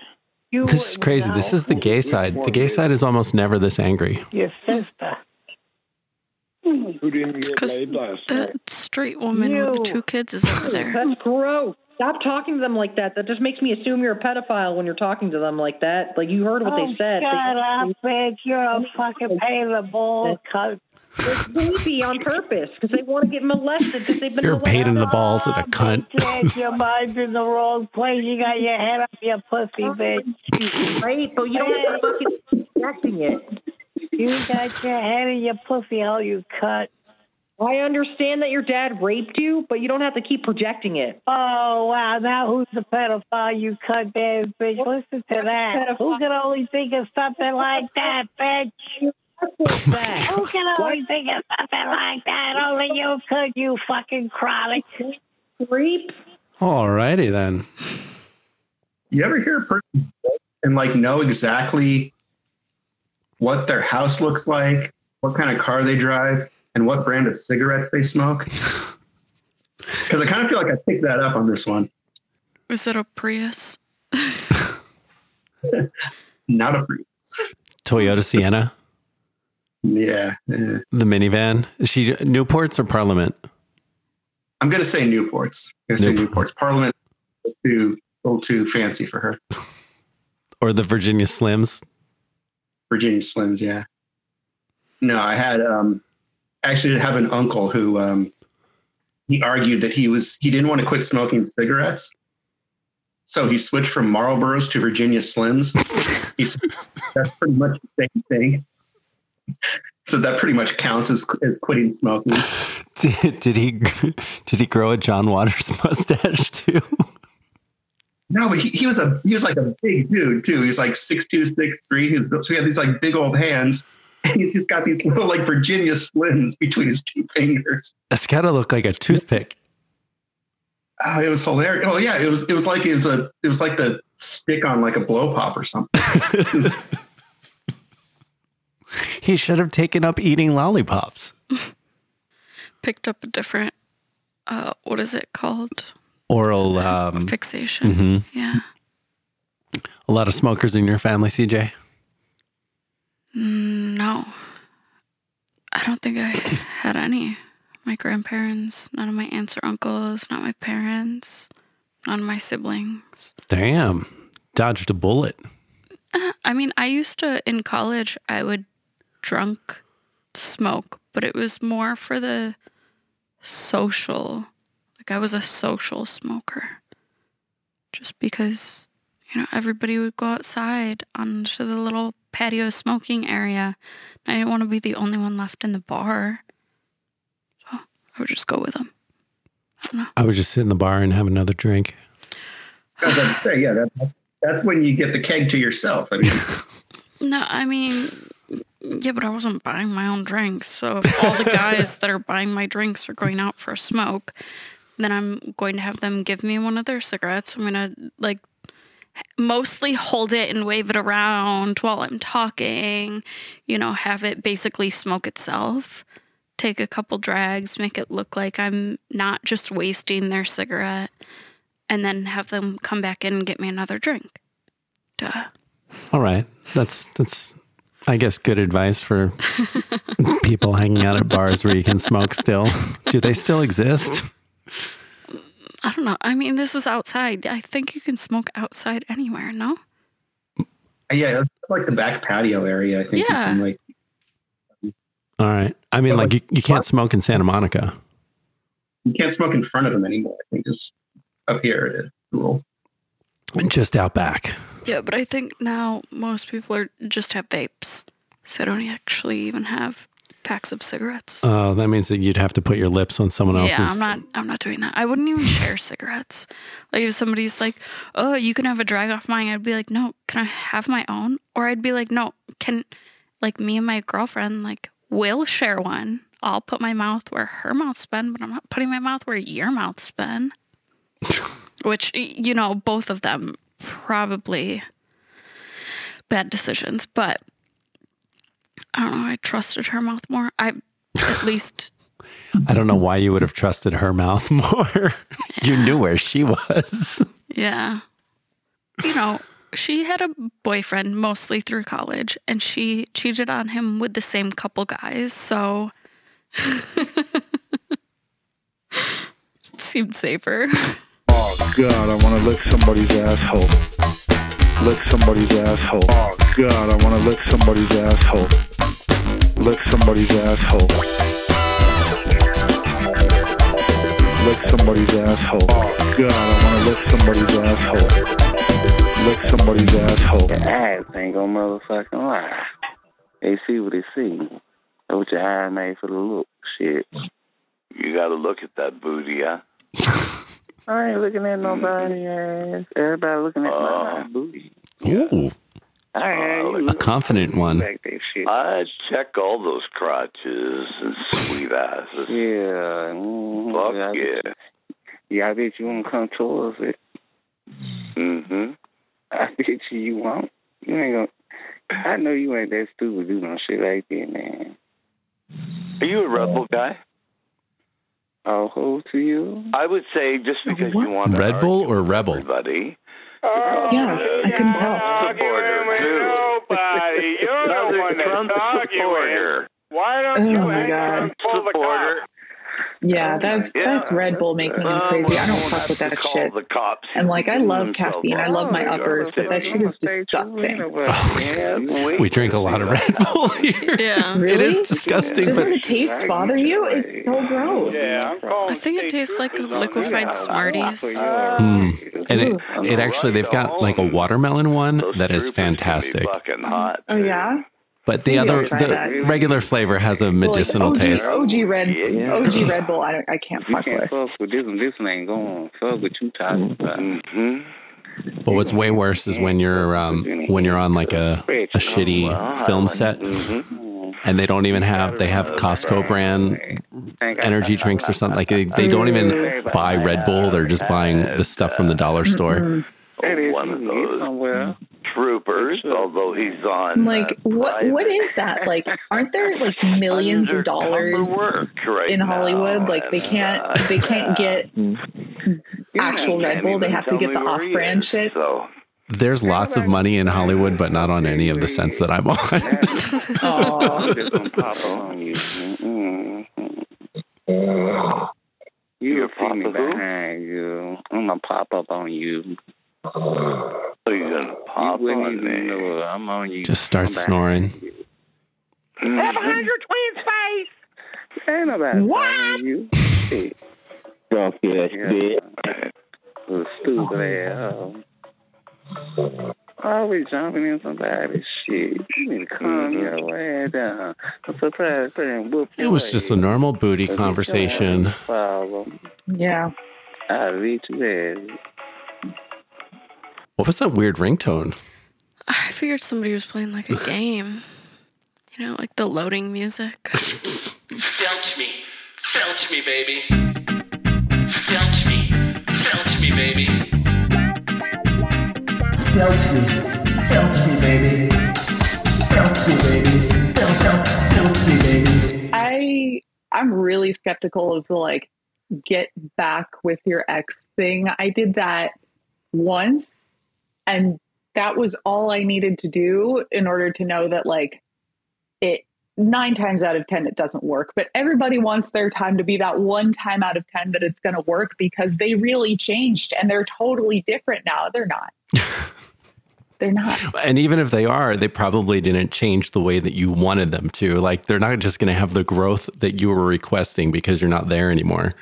Speaker 7: This is crazy. This is the gay side. The gay side is almost never this angry.
Speaker 18: Your sister.
Speaker 16: Who didn't get laid last
Speaker 11: That straight woman with the
Speaker 17: Ew.
Speaker 11: two kids is over there.
Speaker 17: That's gross. Stop talking to them like that. That just makes me assume you're a pedophile when you're talking to them like that. Like you heard what
Speaker 18: oh,
Speaker 17: they said.
Speaker 18: Shut up, bitch. You're a fucking pain in the ball cunt.
Speaker 17: They're creepy on purpose because they want to get molested because they've been
Speaker 7: You're
Speaker 17: molested.
Speaker 7: paid in the balls at a cunt.
Speaker 18: Bitch, your mind's in the wrong place. You got your head up your pussy, bitch.
Speaker 17: Right, but you don't have to fucking be it.
Speaker 18: You got your head in your pussy hole, you cut.
Speaker 17: I understand that your dad raped you, but you don't have to keep projecting it.
Speaker 18: Oh wow! Now who's the pedophile? You cut ass bitch. Listen to that. Who can only think of something like that, bitch? Who can only think of something like that? Only you could. You fucking chronic
Speaker 17: creep.
Speaker 7: Alrighty then.
Speaker 5: You ever hear a person and like know exactly what their house looks like, what kind of car they drive, and what brand of cigarettes they smoke? Because I kind of feel like I picked that up on this one.
Speaker 11: Was it a Prius?
Speaker 5: Not a
Speaker 7: Toyota Sienna,
Speaker 5: yeah. yeah.
Speaker 7: the minivan. Is she Newport's or Parliament?
Speaker 5: I'm gonna say Newports. I'm gonna say Newports. Parliament is too a little too fancy for her.
Speaker 7: Or the Virginia Slims?
Speaker 5: Virginia Slims, yeah. No, I had um actually have an uncle who um he argued that he was he didn't want to quit smoking cigarettes. So he switched from Marlboros to Virginia Slims. he said, that's pretty much the same thing. So that pretty much counts as, as quitting smoking.
Speaker 7: Did, did he did he grow a John Waters mustache too?
Speaker 5: No, but he, he was a he was like a big dude too. He's like six two, six three. He was, so he had these like big old hands. And he's just got these little like Virginia slims between his two fingers.
Speaker 7: That's got to look like a toothpick.
Speaker 5: Oh, it was hilarious. Oh yeah, it was it was like it was a it was like the stick on like a blow pop or something.
Speaker 7: He should have taken up eating lollipops
Speaker 11: Picked up a different, uh, what is it called?
Speaker 7: oral um,
Speaker 11: Fixation.
Speaker 7: mhm.
Speaker 11: Yeah.
Speaker 7: A lot of smokers in your family, CJ.
Speaker 11: Mm, No. I don't think I had any. My grandparents, none of my aunts or uncles, not my parents, none of my siblings.
Speaker 7: Damn, dodged a bullet.
Speaker 11: Uh, I mean, I used to, in college, I would drunk smoke, but it was more for the social. Like, I was a social smoker. Just because, you know, everybody would go outside onto the little patio smoking area. And I didn't want to be the only one left in the bar. So I would just go with them.
Speaker 7: I would just sit in the bar and have another drink.
Speaker 5: As I say, yeah, that, that's when you get the keg to yourself. I mean,
Speaker 11: No, I mean, yeah, but I wasn't buying my own drinks. So if all the guys that are buying my drinks are going out for a smoke, then I'm going to have them give me one of their cigarettes. I'm going to like mostly hold it and wave it around while I'm talking, you know, have it basically smoke itself. Take a couple drags, make it look like I'm not just wasting their cigarette, and then have them come back in and get me another drink. Duh.
Speaker 7: All right, that's that's, I guess, good advice for people hanging out at bars where you can smoke. Still, do they still exist?
Speaker 11: I don't know. I mean, this is outside. I think you can smoke outside anywhere, no?
Speaker 5: yeah, it's like the back patio area. I think. you
Speaker 11: Yeah.
Speaker 5: can, like,
Speaker 7: All right, I mean, like you, you can't smoke in Santa Monica.
Speaker 5: you can't smoke in front of them anymore. I think it's up here it is the rule.
Speaker 7: Just out back.
Speaker 11: Yeah, but I think now most people are just have vapes. So I don't actually even have packs of cigarettes.
Speaker 7: Oh, that means that you'd have to put your lips on someone else's.
Speaker 11: yeah, I'm not I'm not doing that. I wouldn't even share cigarettes. Like if somebody's like, "Oh, you can have a drag off mine." I'd be like, "No, can I have my own?" Or I'd be like, "No, can like me and my girlfriend like will share one. I'll put my mouth where her mouth's been, but I'm not putting my mouth where your mouth's been." Which y- you know, both of them probably bad decisions, but I don't know, I trusted her mouth more. I at least
Speaker 7: I don't know why you would have trusted her mouth more. you knew where she was.
Speaker 11: Yeah. You know, she had a boyfriend mostly through college and she cheated on him with the same couple guys. So it seemed safer.
Speaker 16: Oh God, I want to lick somebody's asshole. Lick somebody's asshole. Oh God, I want to lick somebody's asshole. Lick somebody's asshole. Lick somebody's asshole. Oh God, I want to lick somebody's asshole. Lick somebody's asshole.
Speaker 2: Your eyes ain't gonna motherfucking lie. They see what they see. That's what your eyes made for the look. Shit. You got to look at that booty, huh?
Speaker 18: I ain't looking at nobody ass. Everybody looking at
Speaker 14: Oh.
Speaker 18: my booty.
Speaker 7: Ooh,
Speaker 18: I heard you.
Speaker 7: a confident one.
Speaker 2: I check all those crotches and sweet asses.
Speaker 1: Yeah. mm,
Speaker 2: Fuck
Speaker 1: yeah. I
Speaker 2: yeah.
Speaker 1: bet- Yeah, I bet you won't come towards it.
Speaker 2: Mm-hmm.
Speaker 1: I bet you you won't. You ain't gonna. I know you ain't that stupid to do no shit like that, man.
Speaker 2: Are you a rebel guy?
Speaker 1: I'll hold to you.
Speaker 2: I would say just because you want to
Speaker 7: Red Bull or Rebel?
Speaker 2: everybody.
Speaker 4: Yeah, I couldn't tell.
Speaker 2: Supporter too.
Speaker 13: Nobody. You're the one that's arguing. Why
Speaker 4: Oh
Speaker 13: don't you
Speaker 4: my god.
Speaker 13: pull the car?
Speaker 4: Yeah, that's that's Red Bull making me crazy. I don't fuck with that shit.
Speaker 2: The cops.
Speaker 4: And like, I love
Speaker 2: Mm,
Speaker 4: caffeine. I love my uppers, but that shit is disgusting.
Speaker 2: Yeah,
Speaker 7: We drink a lot of Red Bull here.
Speaker 11: Yeah.
Speaker 7: It
Speaker 4: Really?
Speaker 7: is disgusting,
Speaker 4: Doesn't
Speaker 7: but
Speaker 4: the taste bother you? It's so gross.
Speaker 13: Yeah, I'm
Speaker 11: I think it tastes like liquefied Smarties.
Speaker 7: Mm. and it, it actually they've got like a watermelon one that is fantastic.
Speaker 2: fucking hot.
Speaker 4: Oh yeah.
Speaker 7: But the
Speaker 4: You
Speaker 7: other
Speaker 4: gotta try
Speaker 7: the
Speaker 4: that.
Speaker 7: regular flavor has a
Speaker 4: Well, like,
Speaker 7: medicinal
Speaker 4: OG,
Speaker 7: taste.
Speaker 4: OG Red,
Speaker 7: Yeah.
Speaker 4: OG Red Bull. I don't, I can't
Speaker 1: You
Speaker 4: fuck
Speaker 1: can't
Speaker 4: with.
Speaker 1: fuck with this one. This one ain't going. Fuck what you talking about.
Speaker 2: Mm-hmm.
Speaker 7: But what's way worse is when you're um, when you're on like a, a shitty film set and they don't even have they have Costco brand energy drinks or something like they, they don't even buy Red Bull they're just buying the stuff from the dollar store.
Speaker 2: One of those troopers, although he's on
Speaker 4: Like what? What is that? Like, aren't there like millions of dollars
Speaker 2: work right
Speaker 4: in Hollywood?
Speaker 2: now,
Speaker 4: Like they
Speaker 2: and,
Speaker 4: can't
Speaker 2: uh,
Speaker 4: they can't get actual
Speaker 2: You
Speaker 4: Red
Speaker 2: can't
Speaker 4: Bull. They
Speaker 2: even
Speaker 4: have to
Speaker 2: tell
Speaker 4: get
Speaker 2: me
Speaker 4: the
Speaker 2: where he
Speaker 4: off-brand
Speaker 2: is,
Speaker 4: shit.
Speaker 2: So
Speaker 7: There's lots of money in Hollywood but not on any of the cents that I'm on.
Speaker 1: uh, I'm just gonna pop on you. Mm-hmm. Mm-mm. You'll see me behind you. I'm gonna pop up on you.
Speaker 2: you're gonna pop
Speaker 1: you wouldn't
Speaker 2: on
Speaker 1: even know it. I'm on you.
Speaker 7: Just start
Speaker 1: I'm back. Mm-hmm.
Speaker 7: snoring.
Speaker 2: Mhm.
Speaker 18: your twin's face.
Speaker 1: Ain't nobody
Speaker 18: What?
Speaker 1: bothering you. Shit.
Speaker 6: Drunk ass bitch.
Speaker 1: Little stupid ass. hoe. Always Oh, jumping in somebody's shit. You need to
Speaker 14: Mm-hmm.
Speaker 1: calm your way down. I'm surprised they didn't whoop
Speaker 7: It was just a normal booty conversation.
Speaker 1: problem.
Speaker 4: Yeah.
Speaker 1: I'll reach your ass.
Speaker 7: What was that weird ringtone?
Speaker 11: I figured somebody was playing like a game. You know, like the loading music.
Speaker 19: Felch me. Felch me, baby. Felch me. Felch me, baby. Felch me. Felch me, baby. Felch me, baby. Felch, felch, felch me, baby.
Speaker 4: I I'm really skeptical of the like get back with your ex thing. I did that once and that was all I needed to do in order to know that like it 9 times out of 10 it doesn't work, but everybody wants their time to be that one time out of 10 that it's going to work because they really changed and they're totally different now. They're not. they're not.
Speaker 7: And even if they are, they probably didn't change the way that you wanted them to. Like they're not just going to have the growth that you were requesting because you're not there anymore.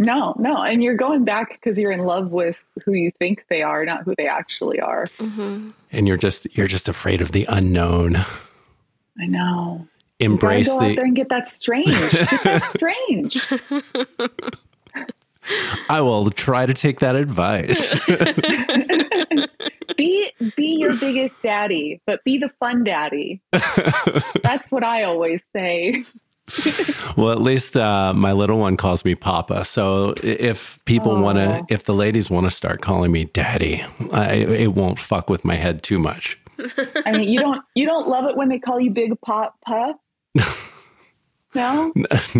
Speaker 4: No, no. And you're going back because you're in love with who you think they are, not who they actually are.
Speaker 7: And you're just you're just afraid of the unknown.
Speaker 4: I know.
Speaker 7: Embrace
Speaker 4: you gotta go out there
Speaker 7: the
Speaker 4: and get that strange. get that strange.
Speaker 7: I will try to take that advice.
Speaker 4: Be be your biggest daddy, but be the fun daddy. That's what I always say.
Speaker 7: well, at least uh, my little one calls me Papa. So i- if people want
Speaker 4: Oh.
Speaker 7: to, if the ladies want to start calling me Daddy, I, it won't fuck with my head too much.
Speaker 4: I mean, you don't you don't love it when they call you Big Pop Puff. No,
Speaker 7: no,
Speaker 4: Uh, it's-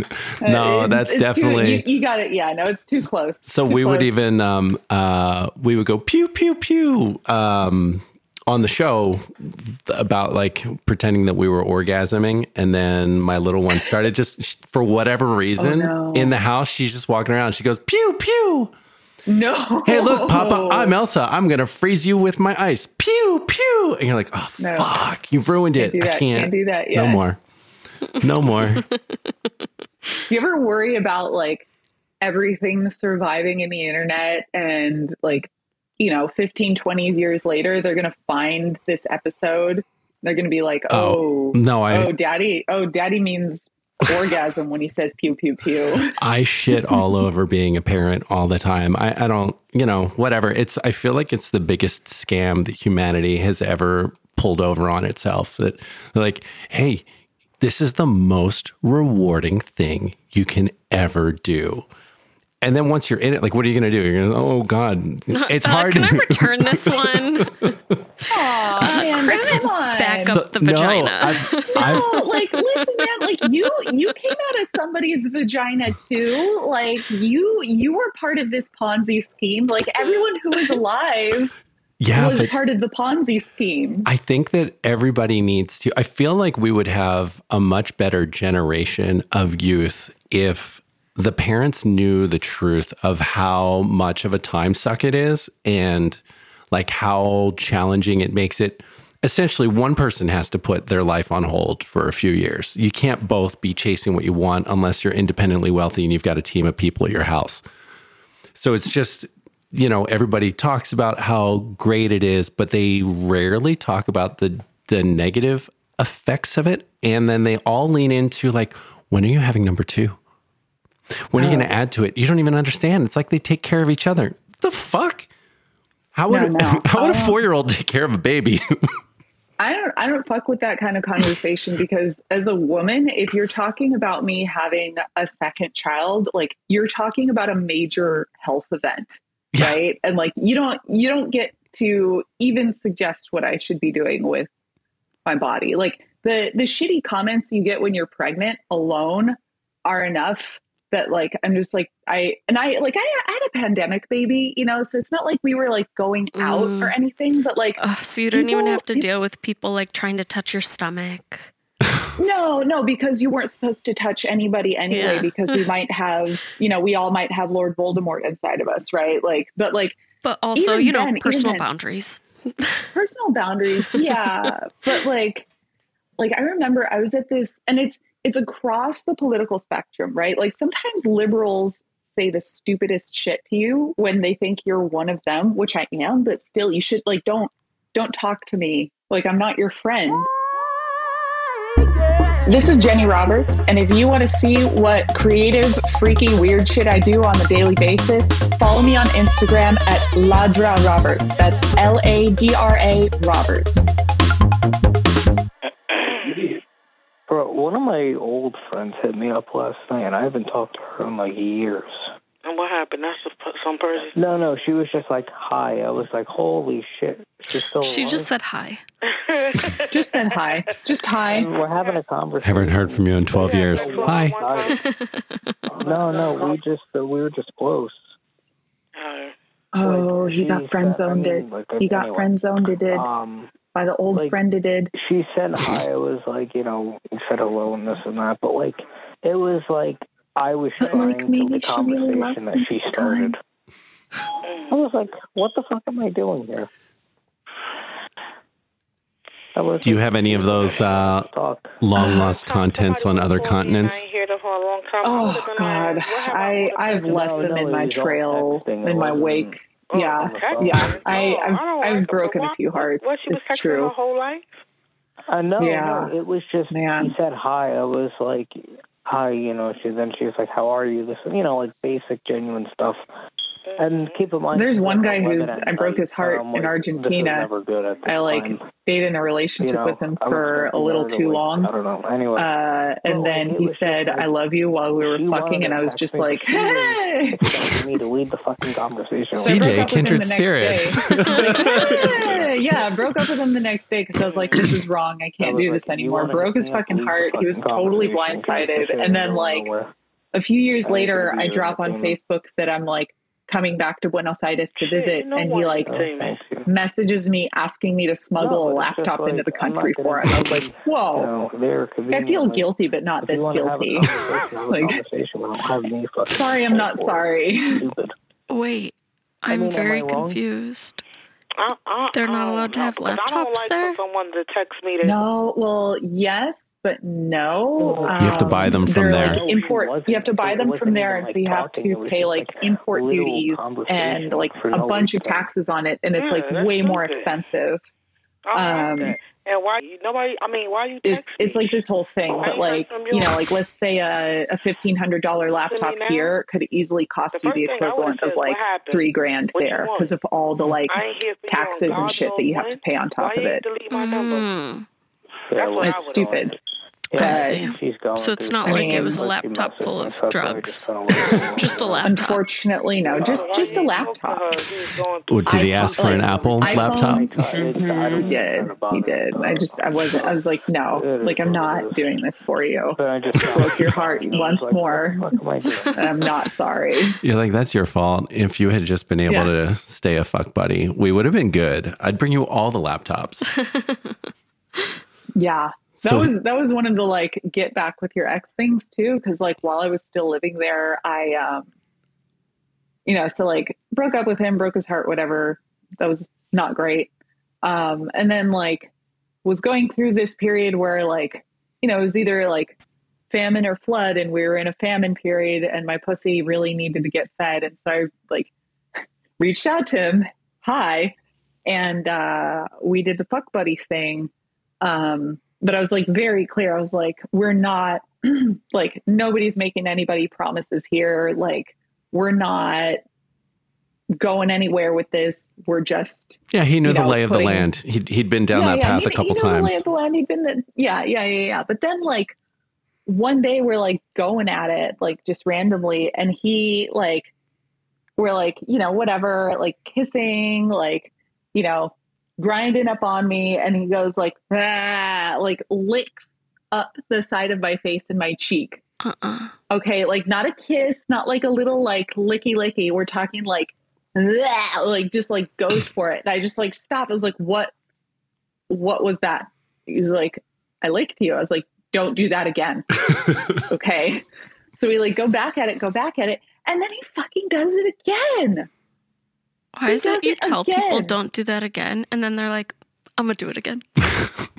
Speaker 7: that's
Speaker 4: it's too-
Speaker 7: definitely.
Speaker 4: you, you got it. Yeah, no, it's too close.
Speaker 7: So
Speaker 4: Too
Speaker 7: we would
Speaker 4: close.
Speaker 7: even um uh we would go pew pew pew um on the show about like pretending that we were orgasming and then my little one started just for whatever reason
Speaker 4: Oh, no.
Speaker 7: in the house she's just walking around she goes pew pew
Speaker 4: no.
Speaker 7: hey look papa I'm Elsa I'm going to freeze you with my ice pew pew and you're like oh
Speaker 4: No.
Speaker 7: fuck you've ruined it
Speaker 4: Can't do that.
Speaker 7: I can't
Speaker 4: Can't do that
Speaker 7: no
Speaker 4: yet.
Speaker 7: more no more
Speaker 4: Do you ever worry about like everything surviving in the internet and like, you know, 15, 20 years later, they're going to find this episode? They're going to be like, oh,
Speaker 7: no I
Speaker 4: oh, daddy, oh, daddy means orgasm when he says pew pew pew.
Speaker 7: I shit all over being a parent all the time. I, I don't, you know, whatever. It's I feel like it's the biggest scam that humanity has ever pulled over on itself. That like, hey, this is the most rewarding thing you can ever do. And then once you're in it, like, what are you going to do? You're going to, oh God, it's
Speaker 11: Uh,
Speaker 7: hard.
Speaker 11: Can I return this one?
Speaker 4: Aw, man,
Speaker 11: Cribbins
Speaker 4: come on.
Speaker 11: back up the
Speaker 7: No,
Speaker 11: vagina.
Speaker 7: I've- I've-
Speaker 4: No, like listen, man. Like you, you came out of somebody's vagina too. Like you, you were part of this Ponzi scheme. Like everyone who is alive
Speaker 7: yeah,
Speaker 4: was
Speaker 7: but-
Speaker 4: part of the Ponzi scheme.
Speaker 7: I think that everybody needs to. I feel like we would have a much better generation of youth if the parents knew the truth of how much of a time suck it is and like how challenging it makes it. Essentially, one person has to put their life on hold for a few years. You can't both be chasing what you want unless you're independently wealthy and you've got a team of people at your house. So it's just, you know, everybody talks about how great it is, but they rarely talk about the the negative effects of it. And then they all lean into like, when are you having number two? When are you
Speaker 4: Oh.
Speaker 7: going to add to it? You don't even understand. It's like they take care of each other. The fuck? How would
Speaker 4: No, no.
Speaker 7: how would a
Speaker 4: I don't-
Speaker 7: four year old take care of a baby?
Speaker 4: I don't I don't fuck with that kind of conversation because as a woman, if you're talking about me having a second child, like you're talking about a major health event, right? And like you don't you don't get to even suggest what I should be doing with my body. Like the the shitty comments you get when you're pregnant alone are enough that like I'm just like I and I like I, I had a pandemic baby, you know, so it's not like we were like going out or anything, but like
Speaker 11: so you didn't even
Speaker 4: people- e
Speaker 11: have to deal with people like trying to touch your stomach.
Speaker 4: No, no, because you weren't supposed to touch anybody anyway,
Speaker 11: Yeah.
Speaker 4: because we might have, you know, we all might have Lord Voldemort inside of us, right? Like, but like,
Speaker 11: But also, you know, personal
Speaker 4: boundaries
Speaker 11: boundaries.
Speaker 4: personal boundaries yeah but like like i remember i was at this and it's it's across the political spectrum right like sometimes liberals say the stupidest shit to you when they think you're one of them which i am but still you should like don't don't talk to me like i'm not your friend this is Jenny Roberts, and if you want to see what creative, freaky, weird shit I do on a daily basis, follow me on Instagram at Ladra Roberts. That's L A D R A Roberts.
Speaker 14: Bro, one of my old friends hit me up last night, and I haven't talked to her in like years.
Speaker 12: And what happened? That's the, p- some person.
Speaker 14: No, no, she was just like, hi. I was like, holy shit. She's still
Speaker 11: She
Speaker 14: alive?
Speaker 11: just said hi.
Speaker 4: Just send hi. Just hi.
Speaker 14: And we're having a conversation.
Speaker 7: Haven't heard from you in twelve years. Hi.
Speaker 14: No, no, we just, uh, we were just close.
Speaker 4: Oh, he got
Speaker 14: geez,
Speaker 4: friend zoned
Speaker 14: I
Speaker 4: it.
Speaker 14: mean, like,
Speaker 4: He got
Speaker 14: anyway.
Speaker 4: friend zoned it
Speaker 14: Um,
Speaker 4: by the old friend it did.
Speaker 14: she said hi. I was like, you know, we said hello and this and that, but like, it was like I was trying to the conversation that she started. I was like, what the fuck am I doing here?
Speaker 7: Do you have any of those uh, long lost contents on other continents?
Speaker 4: Oh God, I I've left them in my trail, in my wake.
Speaker 14: Oh,
Speaker 4: Yeah, yeah. I I've, I've broken a few hearts. It's true.
Speaker 12: whole life?
Speaker 14: I know.
Speaker 4: Yeah.
Speaker 14: Uh, no, it was just she said hi. I was like, hi, you know. She then she was like, how are you? This, you know, like basic, genuine stuff.
Speaker 20: Mm-hmm.
Speaker 14: And keep in mind,
Speaker 4: There's one guy
Speaker 14: I'm
Speaker 4: who's
Speaker 14: at
Speaker 4: I broke his heart
Speaker 14: I'm like,
Speaker 4: in
Speaker 14: this is
Speaker 4: Argentina.
Speaker 14: never good at this
Speaker 4: I like
Speaker 14: time.
Speaker 4: stayed in a relationship
Speaker 14: know,
Speaker 4: with him
Speaker 14: I was
Speaker 4: for a
Speaker 14: thinking
Speaker 4: little
Speaker 14: of the
Speaker 4: too
Speaker 14: way-
Speaker 4: long.
Speaker 14: I don't know. Anyway,
Speaker 4: uh, and then he said, "I love you" while we were fucking, and I was just like, "Hey!"
Speaker 14: expecting me to lead the fucking conversation.
Speaker 4: So I broke up with him the next day. yeah, I broke up with him the next day because I was like, "This is wrong. I can't do this anymore." Broke his fucking heart. He was totally blindsided. And then, like, a few
Speaker 14: I
Speaker 4: years
Speaker 14: think
Speaker 4: later,
Speaker 14: it'll be
Speaker 4: I
Speaker 14: your
Speaker 4: drop on
Speaker 14: entertainment.
Speaker 4: Facebook that I'm like coming back to Buenos Aires to visit,
Speaker 14: no
Speaker 4: and he
Speaker 14: one
Speaker 4: like
Speaker 14: entertains you.
Speaker 4: messages me asking me to smuggle
Speaker 14: No,
Speaker 4: a
Speaker 14: but it's just
Speaker 4: laptop into
Speaker 14: like,
Speaker 4: the
Speaker 14: I'm not
Speaker 4: country
Speaker 14: gonna-
Speaker 4: for him. I was like, "Whoa."
Speaker 14: You know, they're
Speaker 4: I
Speaker 14: convenient,
Speaker 4: feel
Speaker 14: like,
Speaker 4: guilty, but not
Speaker 14: if you
Speaker 4: this
Speaker 14: wanna have a
Speaker 4: guilty.
Speaker 14: conversation, have a
Speaker 4: like,
Speaker 14: conversation. I don't have any fucking
Speaker 4: sorry, I'm not sorry.
Speaker 11: Wait,
Speaker 12: I
Speaker 11: I'm
Speaker 12: mean, am I
Speaker 11: very
Speaker 12: wrong?
Speaker 11: confused.
Speaker 12: I, I,
Speaker 11: They're not
Speaker 12: I don't
Speaker 11: allowed to
Speaker 12: know,
Speaker 11: have
Speaker 12: because um, I don't
Speaker 11: laptops
Speaker 12: like
Speaker 11: there?
Speaker 12: For someone to text me that
Speaker 4: No, well, yes, but no. um,
Speaker 7: You have to buy them from
Speaker 4: they're,
Speaker 7: there.
Speaker 4: like,
Speaker 7: No,
Speaker 4: import. You have to buy them from there, and so you have to pay like import duties and like a bunch of taxes on it, and it's
Speaker 12: Yeah,
Speaker 4: like
Speaker 12: that's
Speaker 4: way more
Speaker 12: stupid.
Speaker 4: expensive.
Speaker 12: I don't like
Speaker 4: Um,
Speaker 12: that.
Speaker 20: And why you nobody? I mean, why you
Speaker 4: it's it's like this whole thing, but like
Speaker 20: from
Speaker 4: you know,
Speaker 20: your-
Speaker 4: like let's say a, a fifteen hundred dollar laptop
Speaker 20: now?
Speaker 4: here could easily cost you the
Speaker 20: first thing I would've
Speaker 4: equivalent
Speaker 20: said
Speaker 4: of
Speaker 20: is,
Speaker 4: like
Speaker 20: what happened?
Speaker 4: three grand
Speaker 20: What you
Speaker 4: there
Speaker 20: want?
Speaker 4: because of all the like
Speaker 20: I ain't here for you on
Speaker 4: taxes and
Speaker 20: God
Speaker 4: shit that you have to pay on top of it.
Speaker 20: delete my number? That's what
Speaker 4: It's stupid.
Speaker 11: I
Speaker 4: But-
Speaker 11: see. So it's not like it was a laptop full of drugs. It was just a laptop.
Speaker 4: Unfortunately, no. Just just a laptop.
Speaker 7: Or did he ask for an Apple
Speaker 4: iPhone- Mm-hmm.
Speaker 7: laptop?
Speaker 4: He did. He did. I just I wasn't. I was like, no. Like I'm not doing this for you. Broke your heart once more. And I'm not sorry.
Speaker 7: You're like, that's your fault. If you had just been able
Speaker 4: Yeah.
Speaker 7: to stay a fuck buddy, we would have been good. I'd bring you all the laptops.
Speaker 4: Yeah. That
Speaker 7: So-
Speaker 4: was that was one of the like get back with your ex things too cuz like while I was still living there I um you know so like broke up with him broke his heart whatever that was not great um and then like was going through this period where like you know it was either like famine or flood and we were in a famine period and my pussy really needed to get fed and so I like reached out to him hi and uh we did the fuck buddy thing um but i was like very clear i was like we're not like nobody's making anybody promises here like we're not going anywhere with this we're just
Speaker 7: yeah, he knew
Speaker 4: you
Speaker 7: the
Speaker 4: know,
Speaker 7: lay of the
Speaker 4: putting-
Speaker 7: land. He'd, he'd been down
Speaker 4: Yeah,
Speaker 7: that
Speaker 4: yeah,
Speaker 7: path
Speaker 4: he-
Speaker 7: a couple
Speaker 4: he knew the
Speaker 7: times.
Speaker 4: lay of the land. He'd been the, yeah yeah yeah yeah but then like one day we're like going at it like just randomly and he like we're like you know whatever like kissing like you know grinding up on me and he goes like "Ah," like licks up the side of my face and my cheek
Speaker 11: uh-uh.
Speaker 4: okay like not a kiss not like a little like licky licky we're talking like "Ah," like just like goes for it and i just like stopped i was like what what was that he's like i licked you i was like don't do that again okay so we like go back at it go back at it and then he fucking does it again
Speaker 11: Why
Speaker 4: He
Speaker 11: is it
Speaker 4: does
Speaker 11: you
Speaker 4: it
Speaker 11: tell people
Speaker 4: again.
Speaker 11: don't do that again, and then they're like, "I'm gonna do it again."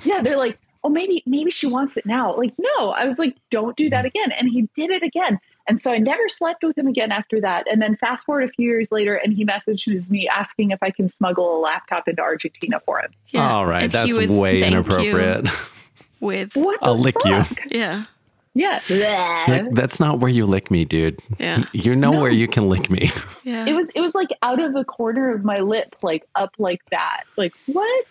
Speaker 4: yeah they're like oh maybe maybe she wants it now like no i was like don't do
Speaker 7: Mm-hmm.
Speaker 4: that again and he did it again and so i never slept with him again after that and then fast forward a few years later and he messages me asking if i can smuggle a laptop into argentina for him
Speaker 7: all right,
Speaker 11: and he
Speaker 7: that's
Speaker 11: would
Speaker 7: way
Speaker 11: thank you.
Speaker 7: inappropriate.
Speaker 11: With
Speaker 4: what
Speaker 7: I'll lick you.
Speaker 11: Yeah.
Speaker 4: yeah
Speaker 7: Like, that's not where you lick me, dude.
Speaker 11: Yeah.
Speaker 7: You know where you can lick me.
Speaker 11: Yeah.
Speaker 4: It was it was like out of the corner of my lip, like up like that. Like what?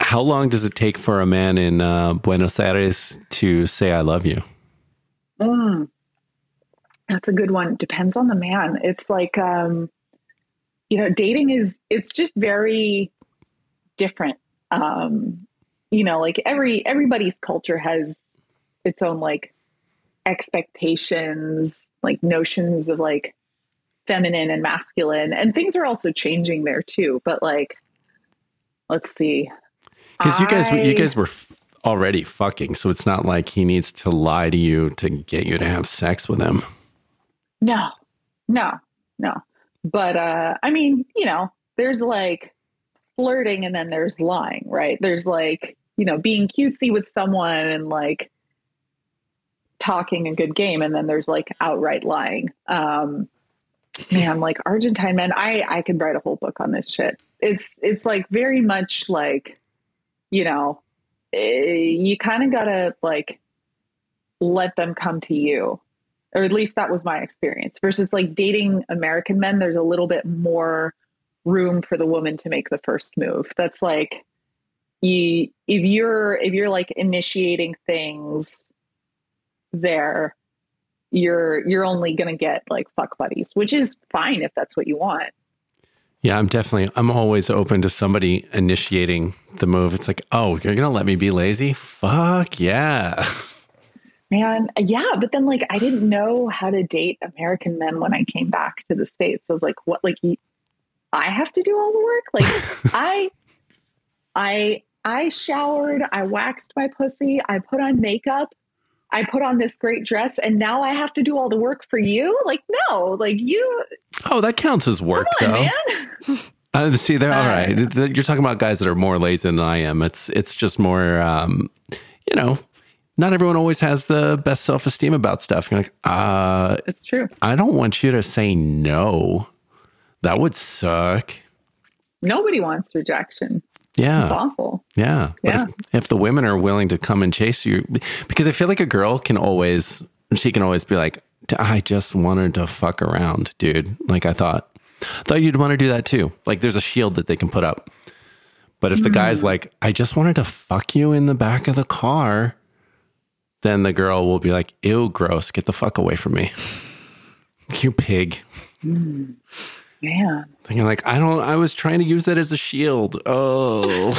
Speaker 7: How long does it take for a man in uh, Buenos Aires to say "I love you"?
Speaker 4: Mm. That's a good one. Depends on the man. It's like um you know, dating is it's just very different. Um you know, like every everybody's culture has its own like expectations, like notions of like feminine and masculine and things are also changing there too, but like let's see.
Speaker 7: Because you guys,
Speaker 4: I-
Speaker 7: you guys were f- already fucking, so it's not like he needs to lie to you to get you to have sex with him.
Speaker 4: No, no, no. But uh, I mean, you know, there's like flirting and then there's lying, right? There's like, you know, being cutesy with someone and like talking a good game, and then there's like outright lying. Um, man, like Argentine men, I I could write a whole book on this shit. It's it's like very much like, you know, eh, you kind of gotta like let them come to you or at least that was my experience versus like dating american men there's a little bit more room for the woman to make the first move that's like you if you're if you're like initiating things there you're you're only going to get like fuck buddies which is fine if that's what you want
Speaker 7: Yeah, I'm definitely. I'm always open to somebody initiating the move. It's like, oh, you're gonna let me be lazy? Fuck yeah!
Speaker 4: Man, uh, yeah, but then like I didn't know how to date American men when I came back to the states. I was like, what? Like, y- I have to do all the work. Like, I, I, I showered, I waxed my pussy, I put on makeup, I put on this great dress, and now I have to do all the work for you. Like, no, like you,
Speaker 7: Oh, that counts as work,
Speaker 4: come on,
Speaker 7: though.
Speaker 4: man.
Speaker 7: Uh, see, they're all right. You're talking about guys that are more lazy than I am. It's it's just more, um, you know, not everyone always has the best self esteem about stuff. You're like, uh,
Speaker 4: it's true.
Speaker 7: I don't want you to say no. That would suck.
Speaker 4: Nobody wants rejection.
Speaker 7: Yeah.
Speaker 4: It's awful.
Speaker 7: Yeah. But
Speaker 4: Yeah.
Speaker 7: If, if the women are willing to come and chase you, because I feel like a girl can always, she can always be like, I just wanted to fuck around, dude. Like I thought, thought you'd want to do that too. Like there's a shield that they can put up. But
Speaker 5: Mm.
Speaker 7: if the guy's like, I just wanted to fuck you in the back of the car, then the girl will be like, ew, gross, get the fuck away from me. You pig.
Speaker 4: Mm. Man.
Speaker 7: And you're like, I don't, I was trying to use that as a shield. Oh,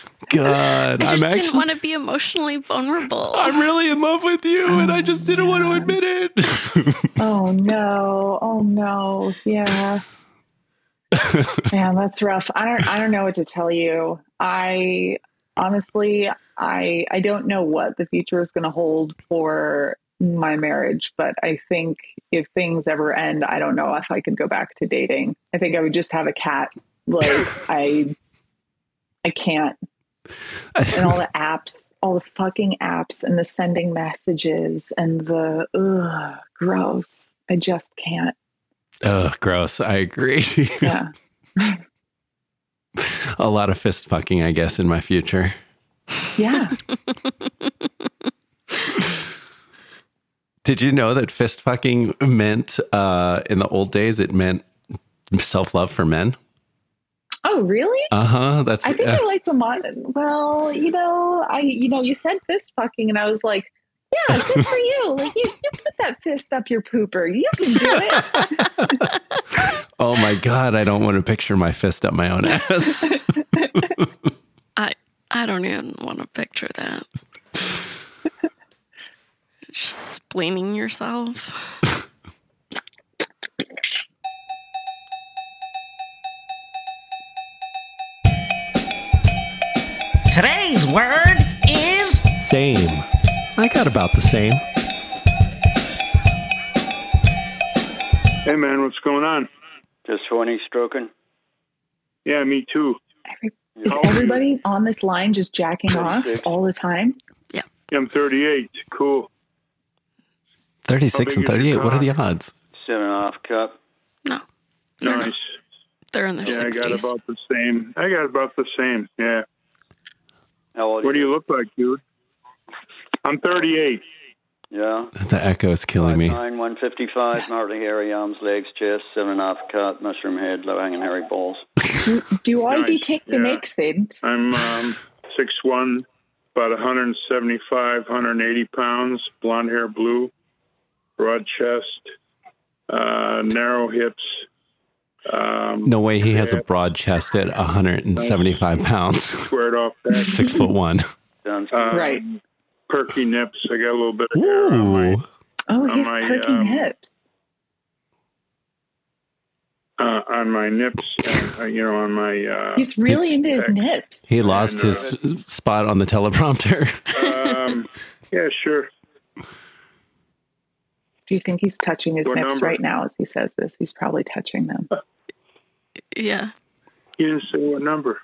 Speaker 7: God.
Speaker 11: I just
Speaker 7: I'm
Speaker 11: didn't
Speaker 7: actually,
Speaker 11: want to be emotionally vulnerable.
Speaker 7: I'm really in love with you, and I just didn't want to admit it.
Speaker 4: Oh no. Oh no. Yeah. Man, that's rough. I don't I don't know what to tell you. I honestly I I don't know what the future is gonna hold for my marriage, but I think if things ever end, I don't know if I could go back to dating. I think I would just have a cat. Like I I can't. And all the apps, all the fucking apps and the sending messages and the ugh, gross. I just can't.
Speaker 7: Oh, gross. I agree.
Speaker 4: Yeah.
Speaker 7: a lot of fist fucking, I guess, in my future.
Speaker 4: Yeah.
Speaker 7: Did you know that fist fucking meant, uh, in the old days, it meant self love for men?
Speaker 4: Oh, really?
Speaker 7: Uh huh. That's
Speaker 4: I think
Speaker 7: uh,
Speaker 4: I like the modern. Well, you know, I you know, you said fist fucking, and I was like, yeah, good for you. Like you, you put that fist up your pooper. You can do it.
Speaker 7: Oh my god, I don't want to picture my fist up my own ass.
Speaker 11: I I don't even want to picture that. Just splaining yourself.
Speaker 14: Today's word is
Speaker 7: same. I got about the same.
Speaker 21: Hey man, what's going on?
Speaker 22: Just horny stroking.
Speaker 21: Yeah, me too.
Speaker 4: Is everybody on this line just jacking off all the time?
Speaker 21: I'm 38. Cool.
Speaker 7: 36 and 38, what are the odds?
Speaker 22: Seven and a half cup.
Speaker 21: Nice.
Speaker 11: They're in their
Speaker 21: yeah, I got
Speaker 11: 60s.
Speaker 21: about the same. I got about the same. Yeah.
Speaker 22: How old?
Speaker 21: What do you look like, dude? I'm 38.
Speaker 22: Yeah.
Speaker 7: The echo's killing me.
Speaker 22: Nine, 155, mildly hairy arms, legs, chest, seven and a half cup, mushroom head, low hanging hairy balls.
Speaker 4: Do, do I
Speaker 21: Nice.
Speaker 4: detect the
Speaker 21: Yeah.
Speaker 4: accent?
Speaker 21: I'm um, 6'1", about 175, 180 pounds, blonde hair, blue, broad chest, uh, narrow hips. Um,
Speaker 7: No way he has a broad chest at 175 pounds,
Speaker 21: squared off back. Um,
Speaker 7: six foot one.
Speaker 22: Sounds
Speaker 4: Right.
Speaker 21: Perky nips. I got a little bit of hair on my
Speaker 7: Ooh.
Speaker 4: Oh,
Speaker 21: on
Speaker 4: he's
Speaker 21: my,
Speaker 4: perking
Speaker 21: um,
Speaker 4: hips.
Speaker 21: uh, on my nips, and, uh, you know, on my. Uh,
Speaker 4: He's really into his nips.
Speaker 7: He lost his spot on the teleprompter.
Speaker 21: um, yeah, sure.
Speaker 4: Do you think he's touching his
Speaker 21: What
Speaker 4: nips
Speaker 21: number?
Speaker 4: right now as he says this? He's probably touching them.
Speaker 11: Yeah.
Speaker 21: You didn't say what number.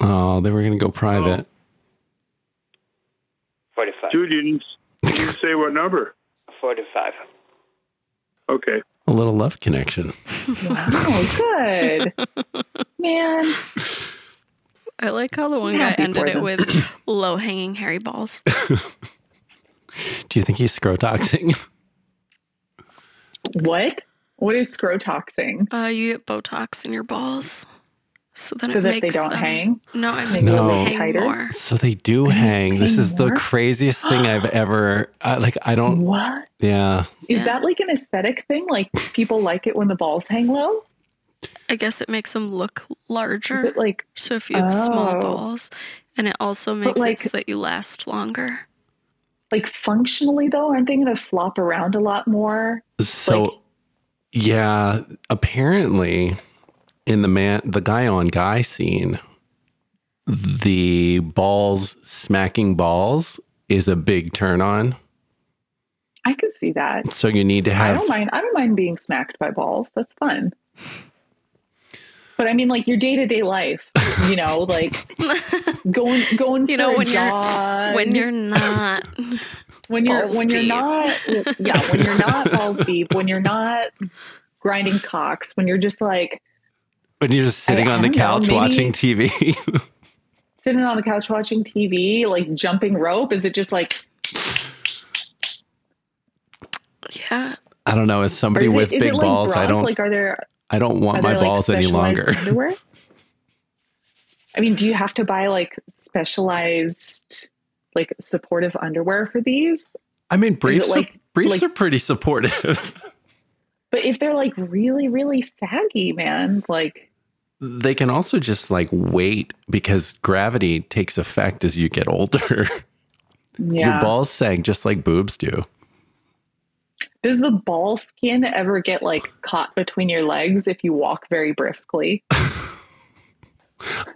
Speaker 7: Oh, they were going to go private.
Speaker 22: Forty-five.
Speaker 21: Dude, you didn't, you didn't say what number.
Speaker 22: Forty-five.
Speaker 21: Okay.
Speaker 7: A little love connection.
Speaker 4: Oh, good. Man.
Speaker 11: I like how the one
Speaker 4: I'm
Speaker 11: guy
Speaker 4: happy
Speaker 11: ended
Speaker 4: for
Speaker 11: it
Speaker 4: them.
Speaker 11: with low hanging hairy balls.
Speaker 7: Do you think he's scrotoxing?
Speaker 4: What? What is scrotoxing?
Speaker 11: Uh, you get Botox in your balls. So then
Speaker 4: So
Speaker 11: it
Speaker 4: that they
Speaker 11: makes
Speaker 4: don't
Speaker 11: them-
Speaker 4: hang?
Speaker 11: No, it makes them hang more.
Speaker 7: So they do hang. This is the
Speaker 4: more?
Speaker 7: craziest thing I've ever. I, like I don't.
Speaker 4: What?
Speaker 7: Yeah.
Speaker 4: Is that like an aesthetic thing? Like people like it when the balls hang low?
Speaker 11: I guess it makes them look larger.
Speaker 4: like
Speaker 11: so if you have
Speaker 4: Oh.
Speaker 11: small balls, and it also makes
Speaker 4: like-
Speaker 11: it so that you last longer.
Speaker 4: Like functionally though, aren't they gonna flop around a lot more?
Speaker 7: So yeah, apparently in the man the guy on guy scene, the balls smacking balls is a big turn on.
Speaker 4: I could see that.
Speaker 7: So you need to
Speaker 4: I
Speaker 7: have
Speaker 4: don't mind I don't mind being smacked by balls. That's fun. But I mean like your day to day life, you know, like going going
Speaker 11: You know
Speaker 4: for a
Speaker 11: when
Speaker 4: jog,
Speaker 11: you're when you're not
Speaker 4: when you're
Speaker 11: balls
Speaker 4: when you're
Speaker 11: deep.
Speaker 4: not yeah when you're not balls deep when you're not grinding cocks when you're just like
Speaker 7: and you're just sitting
Speaker 4: I- I
Speaker 7: on the
Speaker 4: don't know,
Speaker 7: couch
Speaker 4: maybe-
Speaker 7: watching TV.
Speaker 4: Sitting on the couch watching TV, like jumping rope? Is it just like
Speaker 11: Yeah.
Speaker 7: I don't know. As
Speaker 4: or
Speaker 7: somebody
Speaker 4: is
Speaker 7: with
Speaker 4: it, is
Speaker 7: big
Speaker 4: it like
Speaker 7: balls,
Speaker 4: bras?
Speaker 7: I don't.
Speaker 4: like. Are there
Speaker 7: I don't want
Speaker 4: Are
Speaker 7: my
Speaker 4: there, like,
Speaker 7: balls any
Speaker 4: specialized
Speaker 7: longer.
Speaker 4: underwear? I mean, do you have to buy like specialized, like supportive underwear for these?
Speaker 7: I mean, briefs.
Speaker 4: like-
Speaker 7: are, briefs
Speaker 4: like-
Speaker 7: are pretty supportive.
Speaker 4: But if they're like really, really saggy, man, like
Speaker 7: they can also just like wait because gravity takes effect as you get older.
Speaker 4: yeah,
Speaker 7: Your balls sag just like boobs do.
Speaker 4: does the ball skin ever get like caught between your legs if you walk very briskly?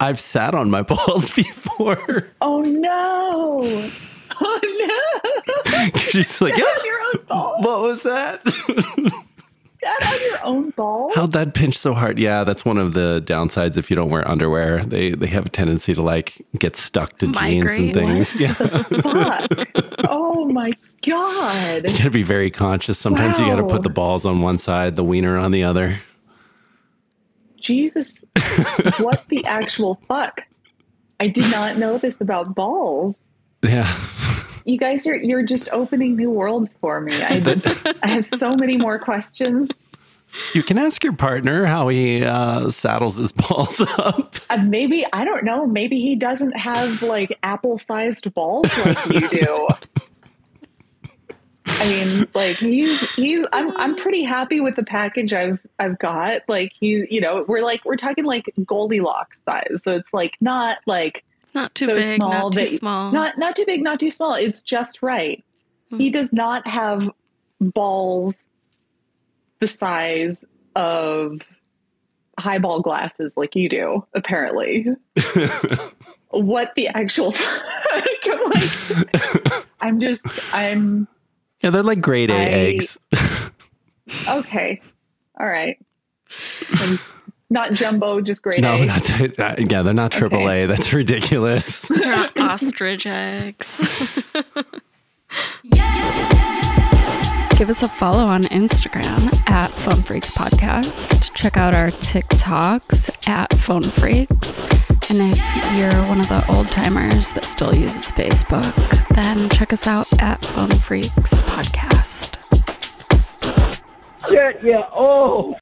Speaker 7: I've sat on my balls before.
Speaker 4: oh no! Oh no!
Speaker 7: She's like,
Speaker 4: Get
Speaker 7: "Ah,
Speaker 4: on your own balls.
Speaker 7: What was that?
Speaker 4: Get on your own balls.
Speaker 7: how'd that pinch so hard? Yeah, that's one of the downsides if you don't wear underwear. They they have a tendency to like get stuck to jeans and
Speaker 4: Migraine,
Speaker 7: things. Yeah.
Speaker 4: oh my god!
Speaker 7: You gotta be very conscious. Sometimes you gotta
Speaker 4: Wow.
Speaker 7: put the balls on one side, the wiener on the other.
Speaker 4: Jesus, what the actual fuck? I did not know this about balls.
Speaker 7: Yeah.
Speaker 4: You guys are you're just opening new worlds for me. I, I have so many more questions.
Speaker 7: You can ask your partner how he uh, saddles his balls up.
Speaker 4: Uh, maybe I don't know. Maybe he doesn't have like apple-sized balls like you do. I mean, like he's he's I'm I'm pretty happy with the package I've I've got. Like he, you know, we're like we're talking like Goldilocks size, so it's like not like
Speaker 11: not too
Speaker 4: so
Speaker 11: big,
Speaker 4: small
Speaker 11: not too
Speaker 4: that-
Speaker 11: small. Hmm.
Speaker 4: not not too big, not too small. It's just right. He does not have balls the size of highball glasses like you do, apparently. what the actual? I'm, like- I'm just I'm
Speaker 7: Yeah, they're like grade A
Speaker 4: I-
Speaker 7: eggs.
Speaker 4: okay. All right. I'm not jumbo, just grade
Speaker 7: No,
Speaker 4: A.
Speaker 7: not uh, yeah, they're not triple A. That's ridiculous.
Speaker 11: They're not ostrich eggs. Give us a follow on Instagram at Phone Freaks Podcast. Check out our TikToks at Phone Freaks. And if you're one of the old timers that still uses Facebook, then check us out at Phone Freaks Podcast.
Speaker 19: Shit, yeah, oh.